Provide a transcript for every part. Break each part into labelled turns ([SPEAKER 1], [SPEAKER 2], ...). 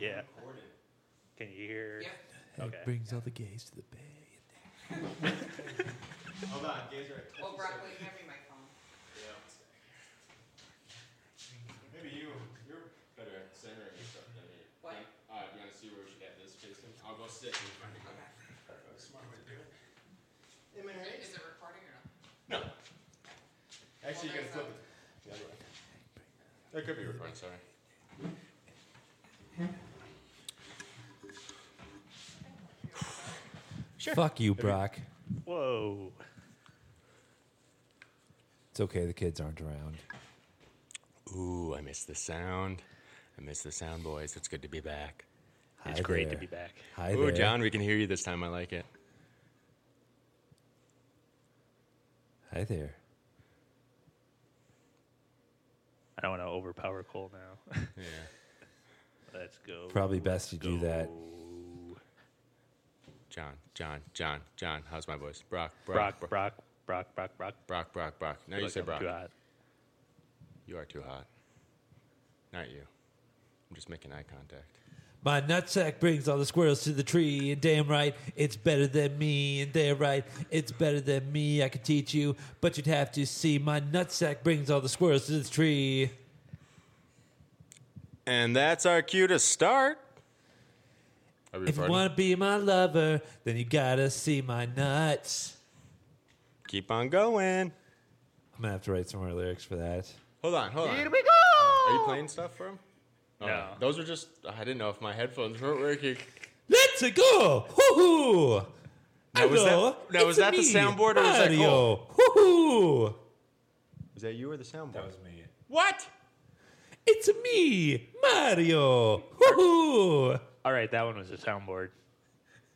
[SPEAKER 1] Yeah. Can you hear?
[SPEAKER 2] Yeah.
[SPEAKER 1] Okay.
[SPEAKER 3] brings all the gays to the bay.
[SPEAKER 4] Hold on, gays are at
[SPEAKER 2] Well,
[SPEAKER 4] 50
[SPEAKER 2] Brock, will you hand
[SPEAKER 4] seconds.
[SPEAKER 2] me my phone?
[SPEAKER 4] Yeah. Maybe you you're better at centering yourself than me.
[SPEAKER 2] What?
[SPEAKER 4] Uh, do you want to see where we should have this, Jason? I'll go sit and find a
[SPEAKER 2] Okay.
[SPEAKER 4] Smart way to do it.
[SPEAKER 2] Is it recording or not?
[SPEAKER 4] No. Actually, you
[SPEAKER 2] Well, there's
[SPEAKER 4] can flip
[SPEAKER 2] a-
[SPEAKER 4] it. the other way. That could be recording. Sorry.
[SPEAKER 3] Fuck you, Brock.
[SPEAKER 1] Whoa.
[SPEAKER 3] It's okay. The kids aren't around.
[SPEAKER 4] Ooh, I miss the sound. I miss the sound, boys. It's good to be back.
[SPEAKER 3] Hi
[SPEAKER 1] it's great to
[SPEAKER 3] there.
[SPEAKER 1] be back.
[SPEAKER 3] Hi
[SPEAKER 4] Ooh,
[SPEAKER 3] there.
[SPEAKER 4] John, we can hear you this time. I like it.
[SPEAKER 3] Hi there.
[SPEAKER 1] I don't want to overpower Cole now.
[SPEAKER 4] Yeah.
[SPEAKER 1] Let's go.
[SPEAKER 3] Probably best you do that.
[SPEAKER 1] Go.
[SPEAKER 4] John, John, John, John. How's my voice? Brock, Brock,
[SPEAKER 1] Brock, Brock, Brock, Brock, Brock.
[SPEAKER 4] Brock, Brock, Brock. No, you
[SPEAKER 1] Look,
[SPEAKER 4] said
[SPEAKER 1] I'm
[SPEAKER 4] Brock.
[SPEAKER 1] too hot.
[SPEAKER 4] You are too hot. Not you. I'm just making eye contact.
[SPEAKER 3] My nutsack brings all the squirrels to the tree, and damn right, it's better than me. And damn right, it's better than me. I could teach you, but you'd have to see. My nutsack brings all the squirrels to the tree.
[SPEAKER 4] And that's our cue to start. Are we
[SPEAKER 3] If you
[SPEAKER 4] recording?
[SPEAKER 3] want to be my lover, then you gotta see my nuts.
[SPEAKER 4] Keep on going.
[SPEAKER 3] I'm gonna have to write some more lyrics for that.
[SPEAKER 4] Hold on, hold on.
[SPEAKER 1] Here we go.
[SPEAKER 4] Are you playing stuff for him? Oh,
[SPEAKER 1] No.
[SPEAKER 4] Those were just, I didn't know if my headphones weren't working.
[SPEAKER 3] Let's go! Hoo hoo!
[SPEAKER 4] Now, was that-
[SPEAKER 3] Hello,
[SPEAKER 4] now, was
[SPEAKER 3] it's
[SPEAKER 4] that the
[SPEAKER 3] me,
[SPEAKER 4] soundboard or was that
[SPEAKER 3] Mario. Hoo hoo!
[SPEAKER 4] Is that you or the soundboard?
[SPEAKER 3] me.
[SPEAKER 4] What?
[SPEAKER 3] It's me, Mario. Hoo hoo!
[SPEAKER 1] All right, that one was a soundboard.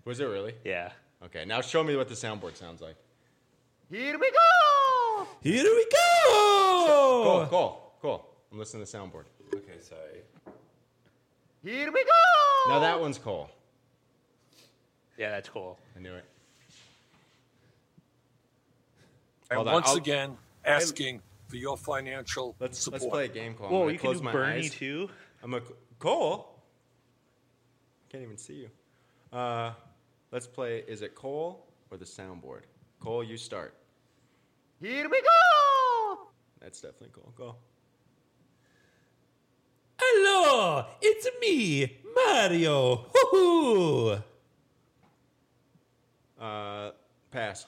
[SPEAKER 4] Was it really?
[SPEAKER 1] Yeah.
[SPEAKER 4] Okay, now show me what the soundboard sounds like.
[SPEAKER 1] Here we go.
[SPEAKER 3] Here we
[SPEAKER 4] Cool, Oh.
[SPEAKER 3] go!
[SPEAKER 4] cool, cool. I'm listening to the soundboard.
[SPEAKER 3] Okay, sorry.
[SPEAKER 1] Here we go.
[SPEAKER 4] Now that one's Cole.
[SPEAKER 1] Yeah, that's cool.
[SPEAKER 4] I knew it.
[SPEAKER 5] And
[SPEAKER 4] Hold on,
[SPEAKER 5] once
[SPEAKER 4] I'll-
[SPEAKER 5] again, asking for your financial
[SPEAKER 4] Let's
[SPEAKER 5] support.
[SPEAKER 4] let's play a game, Cole. I'm
[SPEAKER 1] Whoa,
[SPEAKER 4] gonna
[SPEAKER 1] you can
[SPEAKER 4] close
[SPEAKER 1] do
[SPEAKER 4] my
[SPEAKER 1] Bernie
[SPEAKER 4] eyes.
[SPEAKER 1] too.
[SPEAKER 4] I'm a Cole. Can't even see you. Uh, let's play. Is it Cole or the soundboard? Cole, you start.
[SPEAKER 1] Here we go.
[SPEAKER 4] That's definitely Cole. Go.
[SPEAKER 3] Hello, it's me, Mario. Hoo hoo!
[SPEAKER 4] Uh, pass.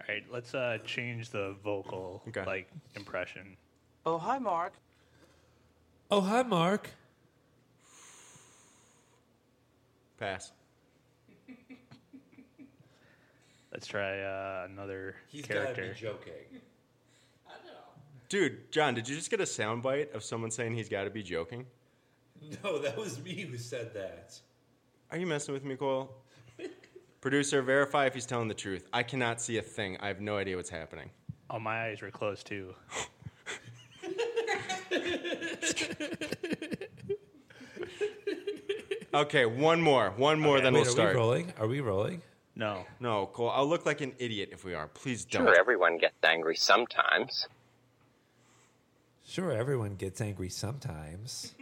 [SPEAKER 1] All right, let's uh change the vocal
[SPEAKER 4] Okay.
[SPEAKER 1] like impression.
[SPEAKER 6] Oh, hi, Mark.
[SPEAKER 3] Oh, hi, Mark.
[SPEAKER 4] Pass.
[SPEAKER 1] Let's try uh, another character.
[SPEAKER 3] joking.
[SPEAKER 2] I don't know.
[SPEAKER 4] Dude, John, did you just get a soundbite of someone saying he's got to be joking?
[SPEAKER 3] No, that was me who said that.
[SPEAKER 4] Are you messing with me, Cole? Producer, verify if he's telling the truth. I cannot see a thing. I have no idea what's happening.
[SPEAKER 1] Oh, my eyes were closed too.
[SPEAKER 4] Okay, one more. One more, then
[SPEAKER 3] Wait,
[SPEAKER 4] we'll
[SPEAKER 3] are
[SPEAKER 4] start.
[SPEAKER 3] we rolling? Are we rolling?
[SPEAKER 1] No.
[SPEAKER 4] No, Cole, I'll look like an idiot if we are. Please don't.
[SPEAKER 7] Sure, everyone gets angry sometimes.
[SPEAKER 3] Sure, everyone gets angry sometimes.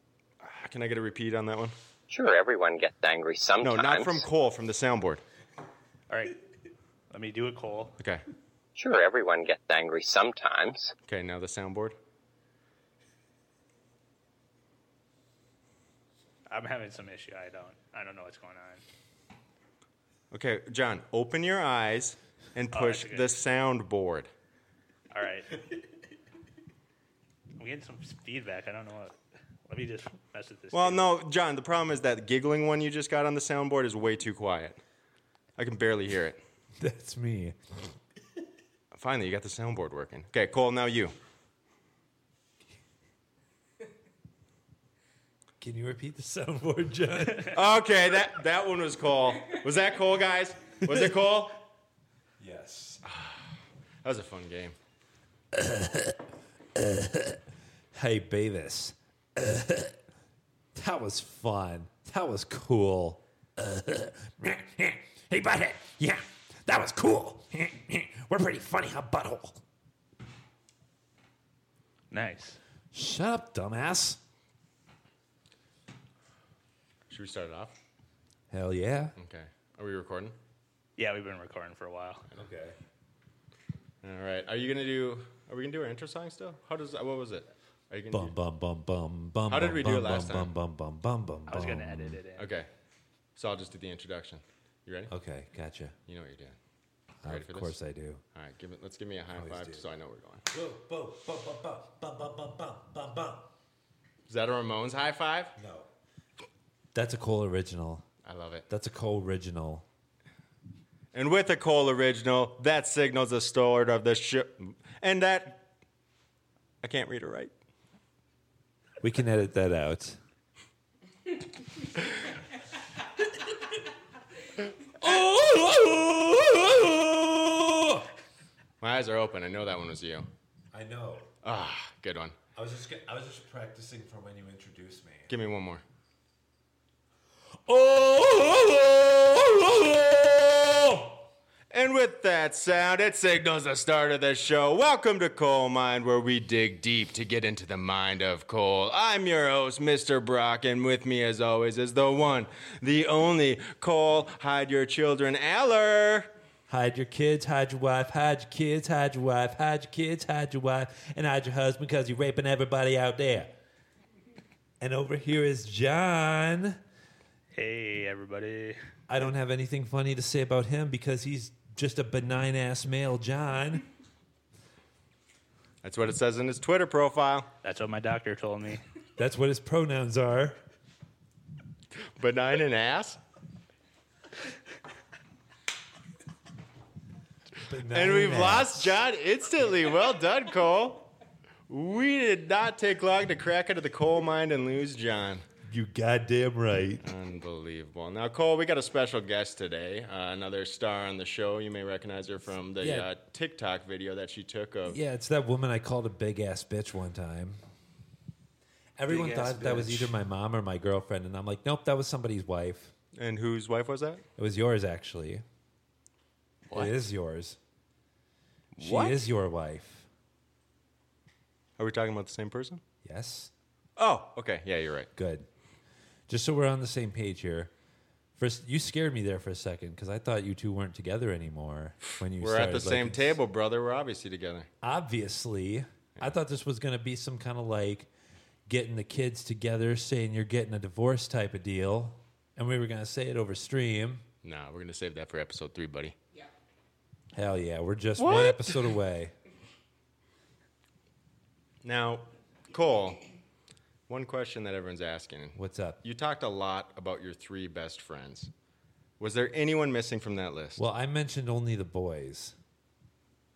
[SPEAKER 4] Can I get a repeat on that one?
[SPEAKER 7] Sure, everyone gets angry
[SPEAKER 4] No,
[SPEAKER 7] sometimes.
[SPEAKER 4] not from Cole, from the soundboard.
[SPEAKER 1] All right. Let me do it, Cole.
[SPEAKER 4] Okay.
[SPEAKER 7] Sure, everyone gets angry sometimes.
[SPEAKER 4] Okay, now the soundboard.
[SPEAKER 1] I'm having some issue. I don't. I don't know what's going on.
[SPEAKER 4] Okay, John, open your eyes and
[SPEAKER 1] Oh,
[SPEAKER 4] push
[SPEAKER 1] that's okay.
[SPEAKER 4] the soundboard.
[SPEAKER 1] All right. I'm getting some feedback. I don't know what. Let me just mess with this.
[SPEAKER 4] Well,
[SPEAKER 1] thing.
[SPEAKER 4] no, John, the problem is that giggling one you just got on the soundboard is way too quiet. I can barely hear it.
[SPEAKER 3] That's me.
[SPEAKER 4] Finally, you got the soundboard working. Okay, Cole, now you.
[SPEAKER 3] Can you repeat the soundboard, John?
[SPEAKER 4] Okay, that, that one was Cole. Was that Cole, guys? Was it Cole? Ah,
[SPEAKER 3] yes.
[SPEAKER 4] That was a fun game.
[SPEAKER 3] Hey, Beavis. that was fun. That was cool. hey, Butthead. Yeah, that was cool. We're pretty funny, huh, Butthole?
[SPEAKER 1] Nice.
[SPEAKER 3] Shut up, dumbass.
[SPEAKER 4] Should we start it off?
[SPEAKER 3] Hell yeah.
[SPEAKER 4] Okay. Are we recording?
[SPEAKER 1] Yeah, we've been recording for a while.
[SPEAKER 4] Okay. All right. Are you gonna do? Are we gonna do our intro song still? How does? What was it? Are you gonna?
[SPEAKER 3] Bum bum bum bum bum.
[SPEAKER 4] How did we
[SPEAKER 3] bum,
[SPEAKER 4] do it
[SPEAKER 3] bum,
[SPEAKER 4] last
[SPEAKER 3] bum,
[SPEAKER 4] time?
[SPEAKER 3] Bum bum bum bum bum.
[SPEAKER 1] I was going to edit it
[SPEAKER 4] do,
[SPEAKER 1] in.
[SPEAKER 4] okay. So I'll just do the introduction. You ready?
[SPEAKER 3] Okay, gotcha.
[SPEAKER 4] You know what you're doing. Ready
[SPEAKER 3] Of
[SPEAKER 4] for this?
[SPEAKER 3] course I do.
[SPEAKER 4] All right. Give it. Let's give me a high five
[SPEAKER 3] do.
[SPEAKER 4] so I know we're going.
[SPEAKER 3] Bum bum bum bum bum bum bum bum bum.
[SPEAKER 4] Is that a Ramones high five?
[SPEAKER 3] No. That's a Cole original.
[SPEAKER 4] I love it.
[SPEAKER 3] That's a Cole original.
[SPEAKER 4] And with a Cole original, that signals the start of the show. And that. I can't read it right.
[SPEAKER 3] We can edit that out.
[SPEAKER 4] My eyes are open. I know that one was you.
[SPEAKER 3] I know.
[SPEAKER 4] Ah, good one.
[SPEAKER 3] I was just I was just practicing for when you introduced me.
[SPEAKER 4] Give me one more. Oh! And with that sound, it signals the start of the show. Welcome to Coal Mine, where we dig deep to get into the mind of coal. I'm your host, Mr. Brock, and with me, as always, is the one, the only Coal Hide Your Children Aller.
[SPEAKER 3] Hide your kids, hide your wife, hide your kids, hide your wife, hide your kids, hide your wife, and hide your husband because you're raping everybody out there. And over here is John.
[SPEAKER 1] Hey, everybody.
[SPEAKER 3] I don't have anything funny to say about him because he's just a benign ass male, John.
[SPEAKER 4] That's what it says in his Twitter profile.
[SPEAKER 1] That's what my doctor told me.
[SPEAKER 3] That's what his pronouns are.
[SPEAKER 4] Benign and ass. And we've lost John instantly. Well done, Cole. We did not take long to crack into the coal mine and lose John.
[SPEAKER 3] You goddamn right.
[SPEAKER 4] Unbelievable. Now, Cole, we got a special guest today. Uh, another star on the show. You may recognize her from the
[SPEAKER 3] Yeah.
[SPEAKER 4] uh, TikTok video that she took of.
[SPEAKER 3] Yeah, it's that woman I called a big ass bitch one time. Everyone
[SPEAKER 4] Big-ass
[SPEAKER 3] thought that was
[SPEAKER 4] bitch.
[SPEAKER 3] either my mom or my girlfriend, and I'm like, nope, that was somebody's wife.
[SPEAKER 4] And whose wife was that?
[SPEAKER 3] It was yours, actually.
[SPEAKER 4] What?
[SPEAKER 3] It is yours.
[SPEAKER 4] What?
[SPEAKER 3] She is your wife.
[SPEAKER 4] Are we talking about the same person?
[SPEAKER 3] Yes.
[SPEAKER 4] Oh, okay. Yeah, you're right.
[SPEAKER 3] Good. Just so we're on the same page here. First, you scared me there for a second because I thought you two weren't together anymore when you.
[SPEAKER 4] We're at
[SPEAKER 3] started,
[SPEAKER 4] the
[SPEAKER 3] like,
[SPEAKER 4] same table, brother. We're obviously together.
[SPEAKER 3] Obviously, I thought this was going to be some kind of like getting the kids together, saying you're getting a divorce type of deal, and we were going to say it over stream.
[SPEAKER 4] Nah, we're going to save that for episode three, buddy.
[SPEAKER 2] Yeah.
[SPEAKER 3] Hell yeah, we're just one episode away.
[SPEAKER 4] Now, Cole, one question that everyone's asking.
[SPEAKER 3] What's up?
[SPEAKER 4] You talked a lot about your three best friends. Was there anyone missing from that list?
[SPEAKER 3] Well, I mentioned only the boys.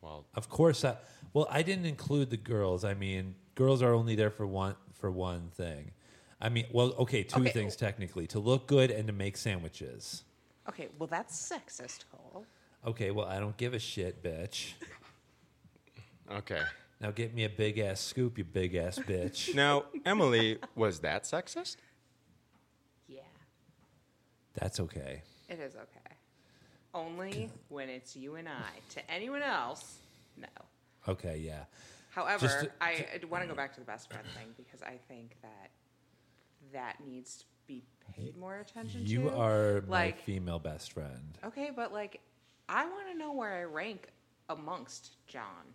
[SPEAKER 4] Well,
[SPEAKER 3] Of course, I well, I didn't include the girls. I mean, girls are only there for one for one thing. I mean, well, okay, two
[SPEAKER 8] Okay.
[SPEAKER 3] things technically: to look good and to make sandwiches.
[SPEAKER 8] Okay, well, that's sexist, Cole.
[SPEAKER 3] Okay, well, I don't give a shit, bitch.
[SPEAKER 4] okay.
[SPEAKER 3] Now get me a big ass scoop, you big ass bitch.
[SPEAKER 4] Now, Emily, was that sexist?
[SPEAKER 8] Yeah,
[SPEAKER 3] That's okay.
[SPEAKER 8] it is okay. Only when it's you and I. To anyone else, no.
[SPEAKER 3] Okay, yeah.
[SPEAKER 8] However,
[SPEAKER 3] Just to-
[SPEAKER 8] I want to go back to the best friend thing because I think that that needs to be paid more attention to.
[SPEAKER 3] You are my
[SPEAKER 8] like
[SPEAKER 3] female best friend.
[SPEAKER 8] okay, but like I want to know where I rank amongst John,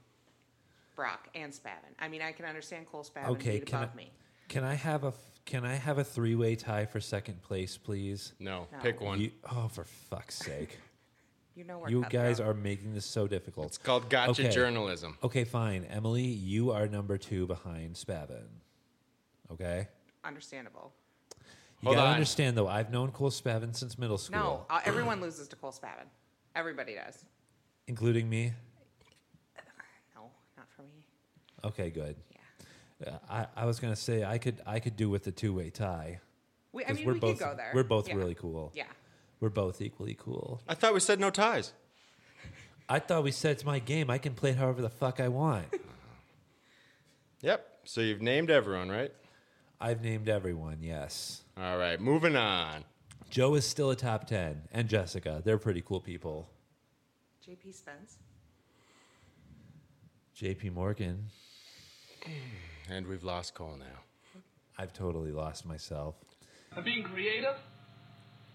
[SPEAKER 8] Brock, and Spavin. I mean, I can understand Cole Spavin
[SPEAKER 3] Okay,
[SPEAKER 8] being
[SPEAKER 3] can
[SPEAKER 8] above
[SPEAKER 3] I,
[SPEAKER 8] me.
[SPEAKER 3] can I have a f- can I have a three way tie for second place, please?
[SPEAKER 4] No,
[SPEAKER 8] No.
[SPEAKER 4] pick one.
[SPEAKER 3] You, oh, for fuck's sake!
[SPEAKER 8] You know where
[SPEAKER 3] you
[SPEAKER 8] cutthroat-
[SPEAKER 3] guys are making this so difficult.
[SPEAKER 4] it's called gotcha
[SPEAKER 3] Okay.
[SPEAKER 4] journalism.
[SPEAKER 3] Okay, fine. Emily, you are number two behind Spavin. Okay?
[SPEAKER 8] understandable.
[SPEAKER 3] You
[SPEAKER 4] Hold
[SPEAKER 3] gotta
[SPEAKER 4] on.
[SPEAKER 3] understand, though, I've known Cole Spavin since middle school,
[SPEAKER 8] No, uh, everyone loses to Cole Spavin. Everybody does.
[SPEAKER 3] including me.
[SPEAKER 8] No, not for me.
[SPEAKER 3] Okay, good.
[SPEAKER 8] Yeah.
[SPEAKER 3] Uh, I, I was going to say I could I could do with a two way tie.
[SPEAKER 8] We, I
[SPEAKER 3] 'cause
[SPEAKER 8] mean,
[SPEAKER 3] we're
[SPEAKER 8] we
[SPEAKER 3] both,
[SPEAKER 8] could go there.
[SPEAKER 3] We're both
[SPEAKER 8] Yeah.
[SPEAKER 3] really cool.
[SPEAKER 8] Yeah.
[SPEAKER 3] We're both equally cool.
[SPEAKER 4] I thought we said no ties.
[SPEAKER 3] I thought we said it's my game. I can play it however the fuck I want.
[SPEAKER 4] Yep. So you've named everyone, right?
[SPEAKER 3] I've named everyone, yes.
[SPEAKER 4] All right, moving on.
[SPEAKER 3] Joe is still a top 10, and Jessica. They're pretty cool people.
[SPEAKER 8] JP Spence.
[SPEAKER 3] JP Morgan.
[SPEAKER 4] And we've lost Cole now.
[SPEAKER 3] I've totally lost myself.
[SPEAKER 9] I'm being creative.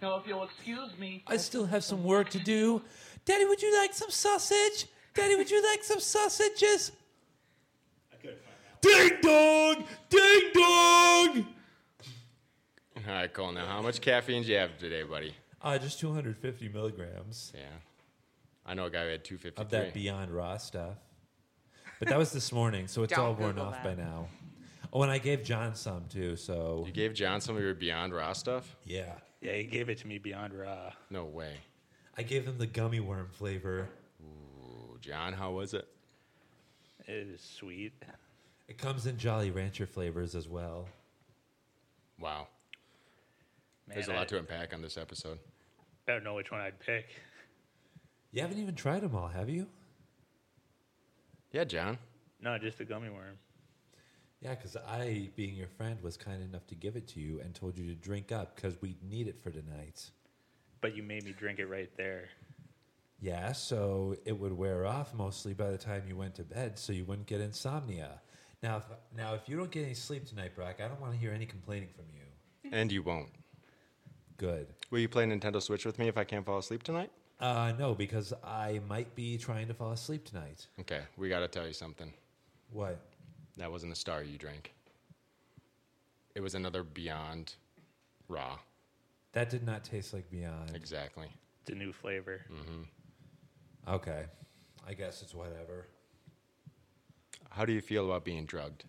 [SPEAKER 10] know if you'll excuse me.
[SPEAKER 3] I still have some work to do. Daddy, would you like some sausage? Daddy, would you like some sausages?
[SPEAKER 4] Ding dong! Ding dong! All right, Cole, now how much caffeine do you have today, buddy?
[SPEAKER 3] Uh, just 250 milligrams
[SPEAKER 4] Yeah. I know a guy who had 253.
[SPEAKER 3] of that Beyond Raw stuff. But that was this morning, so it's
[SPEAKER 8] Don't
[SPEAKER 3] all worn
[SPEAKER 8] Google
[SPEAKER 3] off
[SPEAKER 8] that.
[SPEAKER 3] by now. Oh, and I gave John some too, so
[SPEAKER 4] You gave John some of your Beyond Raw stuff?
[SPEAKER 3] yeah.
[SPEAKER 1] Yeah, he gave it to me beyond raw.
[SPEAKER 4] No way.
[SPEAKER 3] I gave him the gummy worm flavor.
[SPEAKER 4] Ooh, John, how was it?
[SPEAKER 1] It is sweet.
[SPEAKER 3] It comes in Jolly Rancher flavors as well.
[SPEAKER 4] Wow.
[SPEAKER 1] Man,
[SPEAKER 4] There's a lot
[SPEAKER 1] I,
[SPEAKER 4] to unpack on this episode.
[SPEAKER 1] I don't know which one I'd pick.
[SPEAKER 3] You haven't even tried them all, have you?
[SPEAKER 4] Yeah, John.
[SPEAKER 1] No, just the gummy worm.
[SPEAKER 3] Yeah, because I, being your friend, was kind enough to give it to you and told you to drink up because we need it for tonight.
[SPEAKER 1] But you made me drink it right there.
[SPEAKER 3] Yeah, so it would wear off mostly by the time you went to bed, so you wouldn't get insomnia. Now, if, now, if you don't get any sleep tonight, Brock, I don't want to hear any complaining from you.
[SPEAKER 4] And you won't.
[SPEAKER 3] Good.
[SPEAKER 4] Will you play Nintendo Switch with me if I can't fall asleep tonight?
[SPEAKER 3] Uh, no, because I might be trying to fall asleep tonight.
[SPEAKER 4] Okay, we gotta tell you something.
[SPEAKER 3] What?
[SPEAKER 4] That wasn't a star you drank. It was another Beyond Raw.
[SPEAKER 3] That did not taste like Beyond.
[SPEAKER 4] Exactly.
[SPEAKER 1] It's a new flavor.
[SPEAKER 3] Okay. I guess it's whatever.
[SPEAKER 4] How do you feel about being drugged?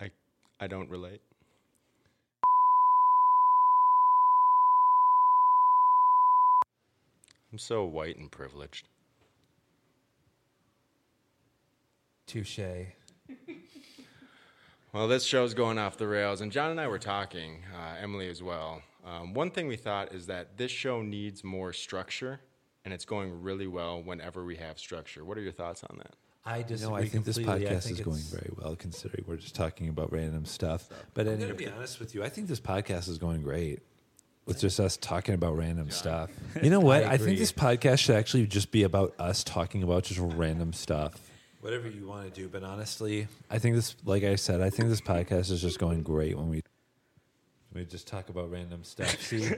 [SPEAKER 4] I I don't relate. I'm so white and privileged.
[SPEAKER 3] Touche.
[SPEAKER 4] Well, this show's going off the rails, and John and I were talking, uh, Emily as well. Um, one thing we thought is that this show needs more structure, and it's going really well whenever we have structure. What are your thoughts on that?
[SPEAKER 3] I disagree.
[SPEAKER 11] No, I think this
[SPEAKER 3] completely. I
[SPEAKER 11] podcast
[SPEAKER 3] think
[SPEAKER 11] is going
[SPEAKER 3] it's-
[SPEAKER 11] very well, considering we're just talking about random stuff. But
[SPEAKER 3] I'm
[SPEAKER 11] anyway,
[SPEAKER 3] gonna be honest with you.
[SPEAKER 11] I think this podcast is going great. It's just us talking about random stuff. You know what? I,
[SPEAKER 3] agree.
[SPEAKER 11] think this podcast should actually just be about us talking about just random stuff.
[SPEAKER 3] whatever you want to do, but honestly,
[SPEAKER 11] I think this, like I said, I think this podcast is just going great when we.
[SPEAKER 3] we just talk about random stuff. See,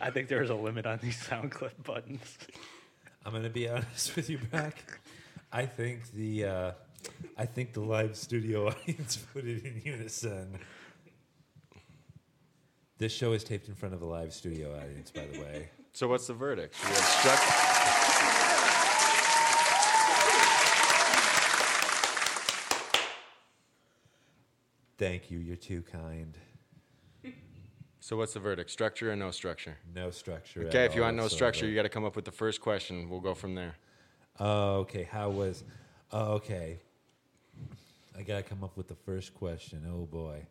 [SPEAKER 1] I think there's a limit on these sound clip buttons.
[SPEAKER 3] I'm gonna be honest with you, Brock. I think the uh, I think the live studio audience voted in unison. This show is taped in front of a live studio audience, by the way.
[SPEAKER 4] So, what's the verdict? We have structure.
[SPEAKER 3] Thank you. You're too kind.
[SPEAKER 4] So, what's the verdict? Structure or no structure?
[SPEAKER 3] No structure. at
[SPEAKER 4] Okay, if you
[SPEAKER 3] all
[SPEAKER 4] want no structure,
[SPEAKER 3] whatsoever.
[SPEAKER 4] you got to come up with the first question. We'll go from there.
[SPEAKER 3] Oh, okay. How was? Oh, okay. I gotta come up with the first question. Oh boy,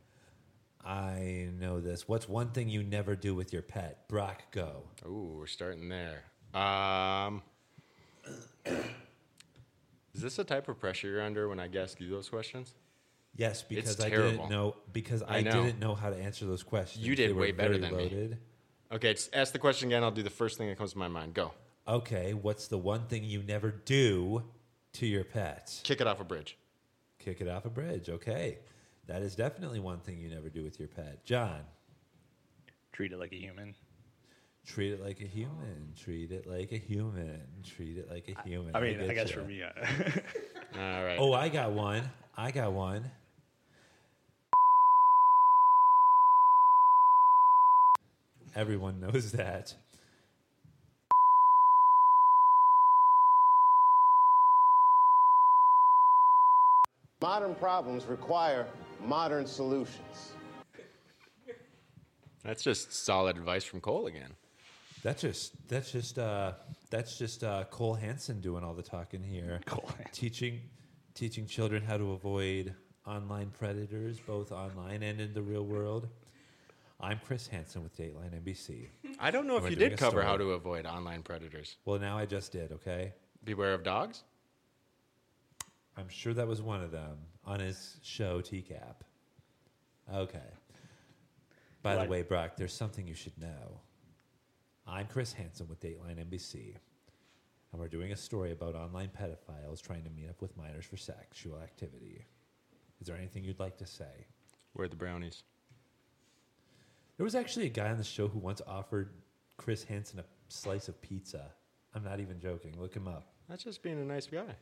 [SPEAKER 3] I know this. What's one thing you never do with your pet? Brock, go.
[SPEAKER 4] Ooh, we're starting there. Um, is this the type of pressure you're under when I ask you those questions?
[SPEAKER 3] Yes, because I
[SPEAKER 4] terrible.
[SPEAKER 3] didn't know because I,
[SPEAKER 4] know.
[SPEAKER 3] didn't know how to answer those questions.
[SPEAKER 4] You did
[SPEAKER 3] They were
[SPEAKER 4] way better
[SPEAKER 3] very
[SPEAKER 4] than me.
[SPEAKER 3] loaded.
[SPEAKER 4] Okay, just ask the question again. I'll do the first thing that comes to my mind. Go.
[SPEAKER 3] Okay, what's the one thing you never do to your pet?
[SPEAKER 4] Kick it off a bridge.
[SPEAKER 3] Kick it off a bridge. Okay, that is definitely one thing you never do with your pet. John,
[SPEAKER 1] Treat it like a human.
[SPEAKER 3] Treat it like a human. Treat it like a human. Treat it like a human.
[SPEAKER 1] I mean, I
[SPEAKER 3] get
[SPEAKER 1] guess
[SPEAKER 3] ya.
[SPEAKER 1] for me, uh,
[SPEAKER 4] All right.
[SPEAKER 3] Oh, I got one. I got one. Everyone knows that.
[SPEAKER 9] Modern problems require modern solutions.
[SPEAKER 4] That's just solid advice from Cole again.
[SPEAKER 3] That's just that's just uh, that's just uh, Cole Hansen doing all the talking here. Cole teaching teaching children how to avoid online predators, both online and in the real world. I'm Chris Hansen with Dateline NBC.
[SPEAKER 4] I don't know if
[SPEAKER 3] We're
[SPEAKER 4] you
[SPEAKER 3] doing
[SPEAKER 4] did
[SPEAKER 3] a
[SPEAKER 4] cover
[SPEAKER 3] story.
[SPEAKER 4] how to avoid online predators.
[SPEAKER 3] Well, now I just did. Okay,
[SPEAKER 4] Beware of dogs?
[SPEAKER 3] I'm sure that was one of them on his show TCAP. Okay. By the
[SPEAKER 1] Right.
[SPEAKER 3] way, Brock, there's something you should know. I'm Chris Hansen with Dateline NBC. and we're doing a story about online pedophiles trying to meet up with minors for sexual activity. Is there anything you'd like to say?
[SPEAKER 4] Where are the brownies?
[SPEAKER 3] There was actually a guy on the show who once offered Chris Hansen a slice of pizza. I'm not even joking. Look him up.
[SPEAKER 4] That's just being a nice guy.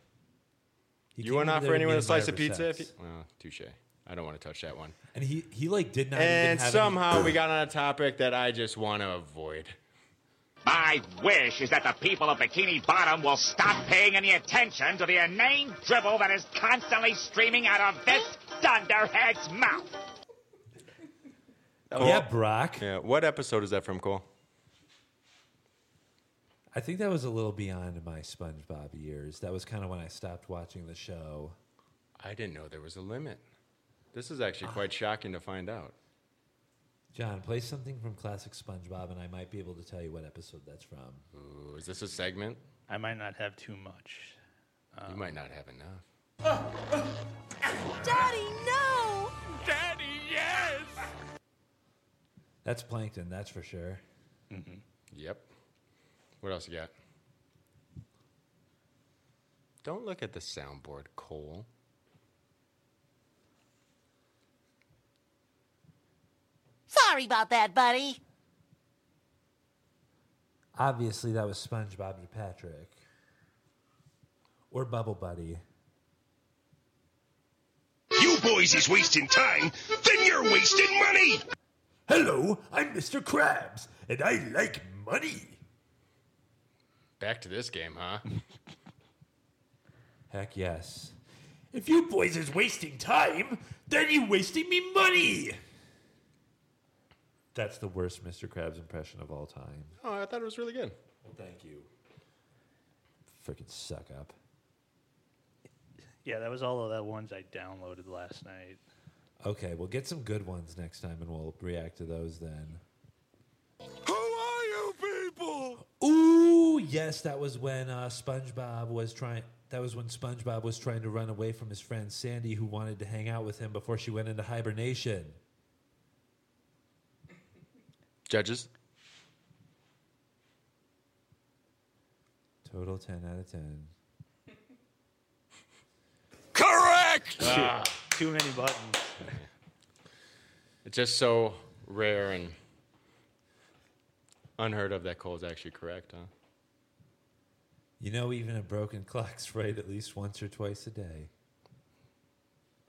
[SPEAKER 3] He
[SPEAKER 4] you
[SPEAKER 3] came
[SPEAKER 4] want to
[SPEAKER 3] over there
[SPEAKER 4] offer anyone
[SPEAKER 3] me
[SPEAKER 4] a
[SPEAKER 3] and
[SPEAKER 4] slice
[SPEAKER 3] Byron
[SPEAKER 4] of pizza? If
[SPEAKER 3] Sex.
[SPEAKER 4] you, well, touche. I don't want to touch that one.
[SPEAKER 3] And he he like did not. even
[SPEAKER 4] And
[SPEAKER 3] have
[SPEAKER 4] somehow we got on a topic that I just want to avoid.
[SPEAKER 9] My wish is that the people of Bikini Bottom will stop paying any attention to the inane dribble that is constantly streaming out of this thunderhead's mouth.
[SPEAKER 3] Any, yeah, Brock.
[SPEAKER 4] Yeah. What episode is that from, Cole?
[SPEAKER 3] I think that was a little beyond my SpongeBob years. That was kind of when I stopped watching the show.
[SPEAKER 4] I didn't know there was a limit. This is actually quite shocking to find out.
[SPEAKER 3] John, play something from classic SpongeBob, and I might be able to tell you what episode that's from.
[SPEAKER 4] Ooh, is this a segment?
[SPEAKER 1] I might not have too much.
[SPEAKER 4] you might not have enough.
[SPEAKER 12] Daddy, no!
[SPEAKER 3] That's Plankton, that's for sure.
[SPEAKER 4] Yep. What else you got? Don't look at the soundboard, Cole.
[SPEAKER 12] Sorry about that, buddy.
[SPEAKER 3] Obviously, that was SpongeBob to Patrick, or Bubble Buddy.
[SPEAKER 13] You boys is wasting time, then you're wasting money.
[SPEAKER 3] Hello, I'm Mr. Krabs, and I like money.
[SPEAKER 4] Back to this game, huh?
[SPEAKER 3] Heck yes.
[SPEAKER 14] If you boys is wasting time, then you wasting me money.
[SPEAKER 3] That's the worst Mr. Krabs impression of all time.
[SPEAKER 4] oh, I thought it was really good.
[SPEAKER 3] Thank you. Freaking suck up.
[SPEAKER 1] Yeah, that was all of the ones I downloaded last night.
[SPEAKER 3] Okay, we'll get some good ones next time and we'll react to those then.
[SPEAKER 14] Who are you people?
[SPEAKER 3] Ooh, yes, that was when uh, SpongeBob was trying. That was when SpongeBob was trying to run away from his friend Sandy, who wanted to hang out with him before she went into hibernation.
[SPEAKER 4] Judges?
[SPEAKER 3] Total 10 out of 10.
[SPEAKER 15] Correct!
[SPEAKER 1] Too many buttons.
[SPEAKER 4] It's just so rare and unheard of that Cole's actually correct, huh?
[SPEAKER 3] You know, even a broken clock's right at least once or twice a day.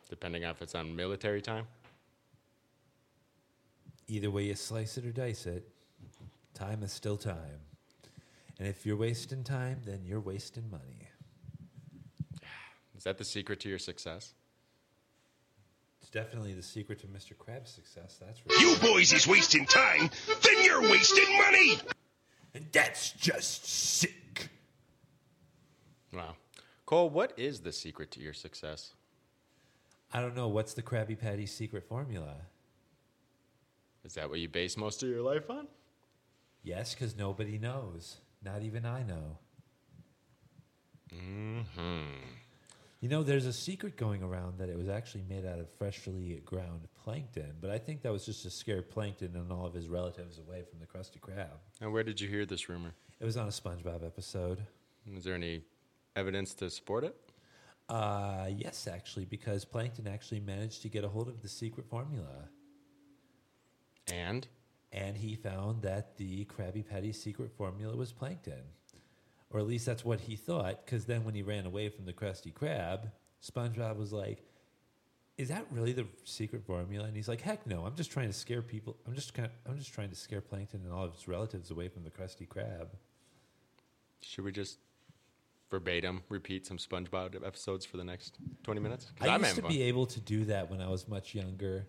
[SPEAKER 4] Depending on if it's on military time.
[SPEAKER 3] Either way you slice it or dice it, time is still time. And if you're wasting time, then you're wasting money.
[SPEAKER 4] Is that the secret to your success?
[SPEAKER 3] It's definitely the secret to Mr. Krabs' success, that's for
[SPEAKER 13] You boys is wasting time, then you're wasting money.
[SPEAKER 14] And that's just sick.
[SPEAKER 4] Wow. Cole, what is the secret to your success?
[SPEAKER 3] I don't know, what's the Krabby Patty secret formula?
[SPEAKER 4] Is that what you base most of your life on?
[SPEAKER 3] Yes, because nobody knows. Not even I know.
[SPEAKER 4] Mm-hmm.
[SPEAKER 3] You know, there's a secret going around that it was actually made out of freshly ground plankton, but I think that was just to scare plankton and all of his relatives away from the Krusty Krab.
[SPEAKER 4] And where did you hear this rumor?
[SPEAKER 3] It was on a SpongeBob episode.
[SPEAKER 4] Is there any evidence to support it?
[SPEAKER 3] Uh, yes, actually, because plankton actually managed to get a hold of the secret formula.
[SPEAKER 4] And
[SPEAKER 3] and he found that the Krabby Patty secret formula was plankton. Or at least that's what he thought, because then when he ran away from the Krusty Krab, SpongeBob was like, Is that really the secret formula? And he's like, Heck no, I'm just trying to scare people. I'm just, kind I'm just trying to scare plankton and all of his relatives away from the Krusty Krab.
[SPEAKER 4] should we just verbatim repeat some SpongeBob episodes for the next 20 minutes? 'Cause
[SPEAKER 3] I
[SPEAKER 4] I'm
[SPEAKER 3] used to
[SPEAKER 4] having
[SPEAKER 3] be
[SPEAKER 4] fun.
[SPEAKER 3] able to do that when I was much younger.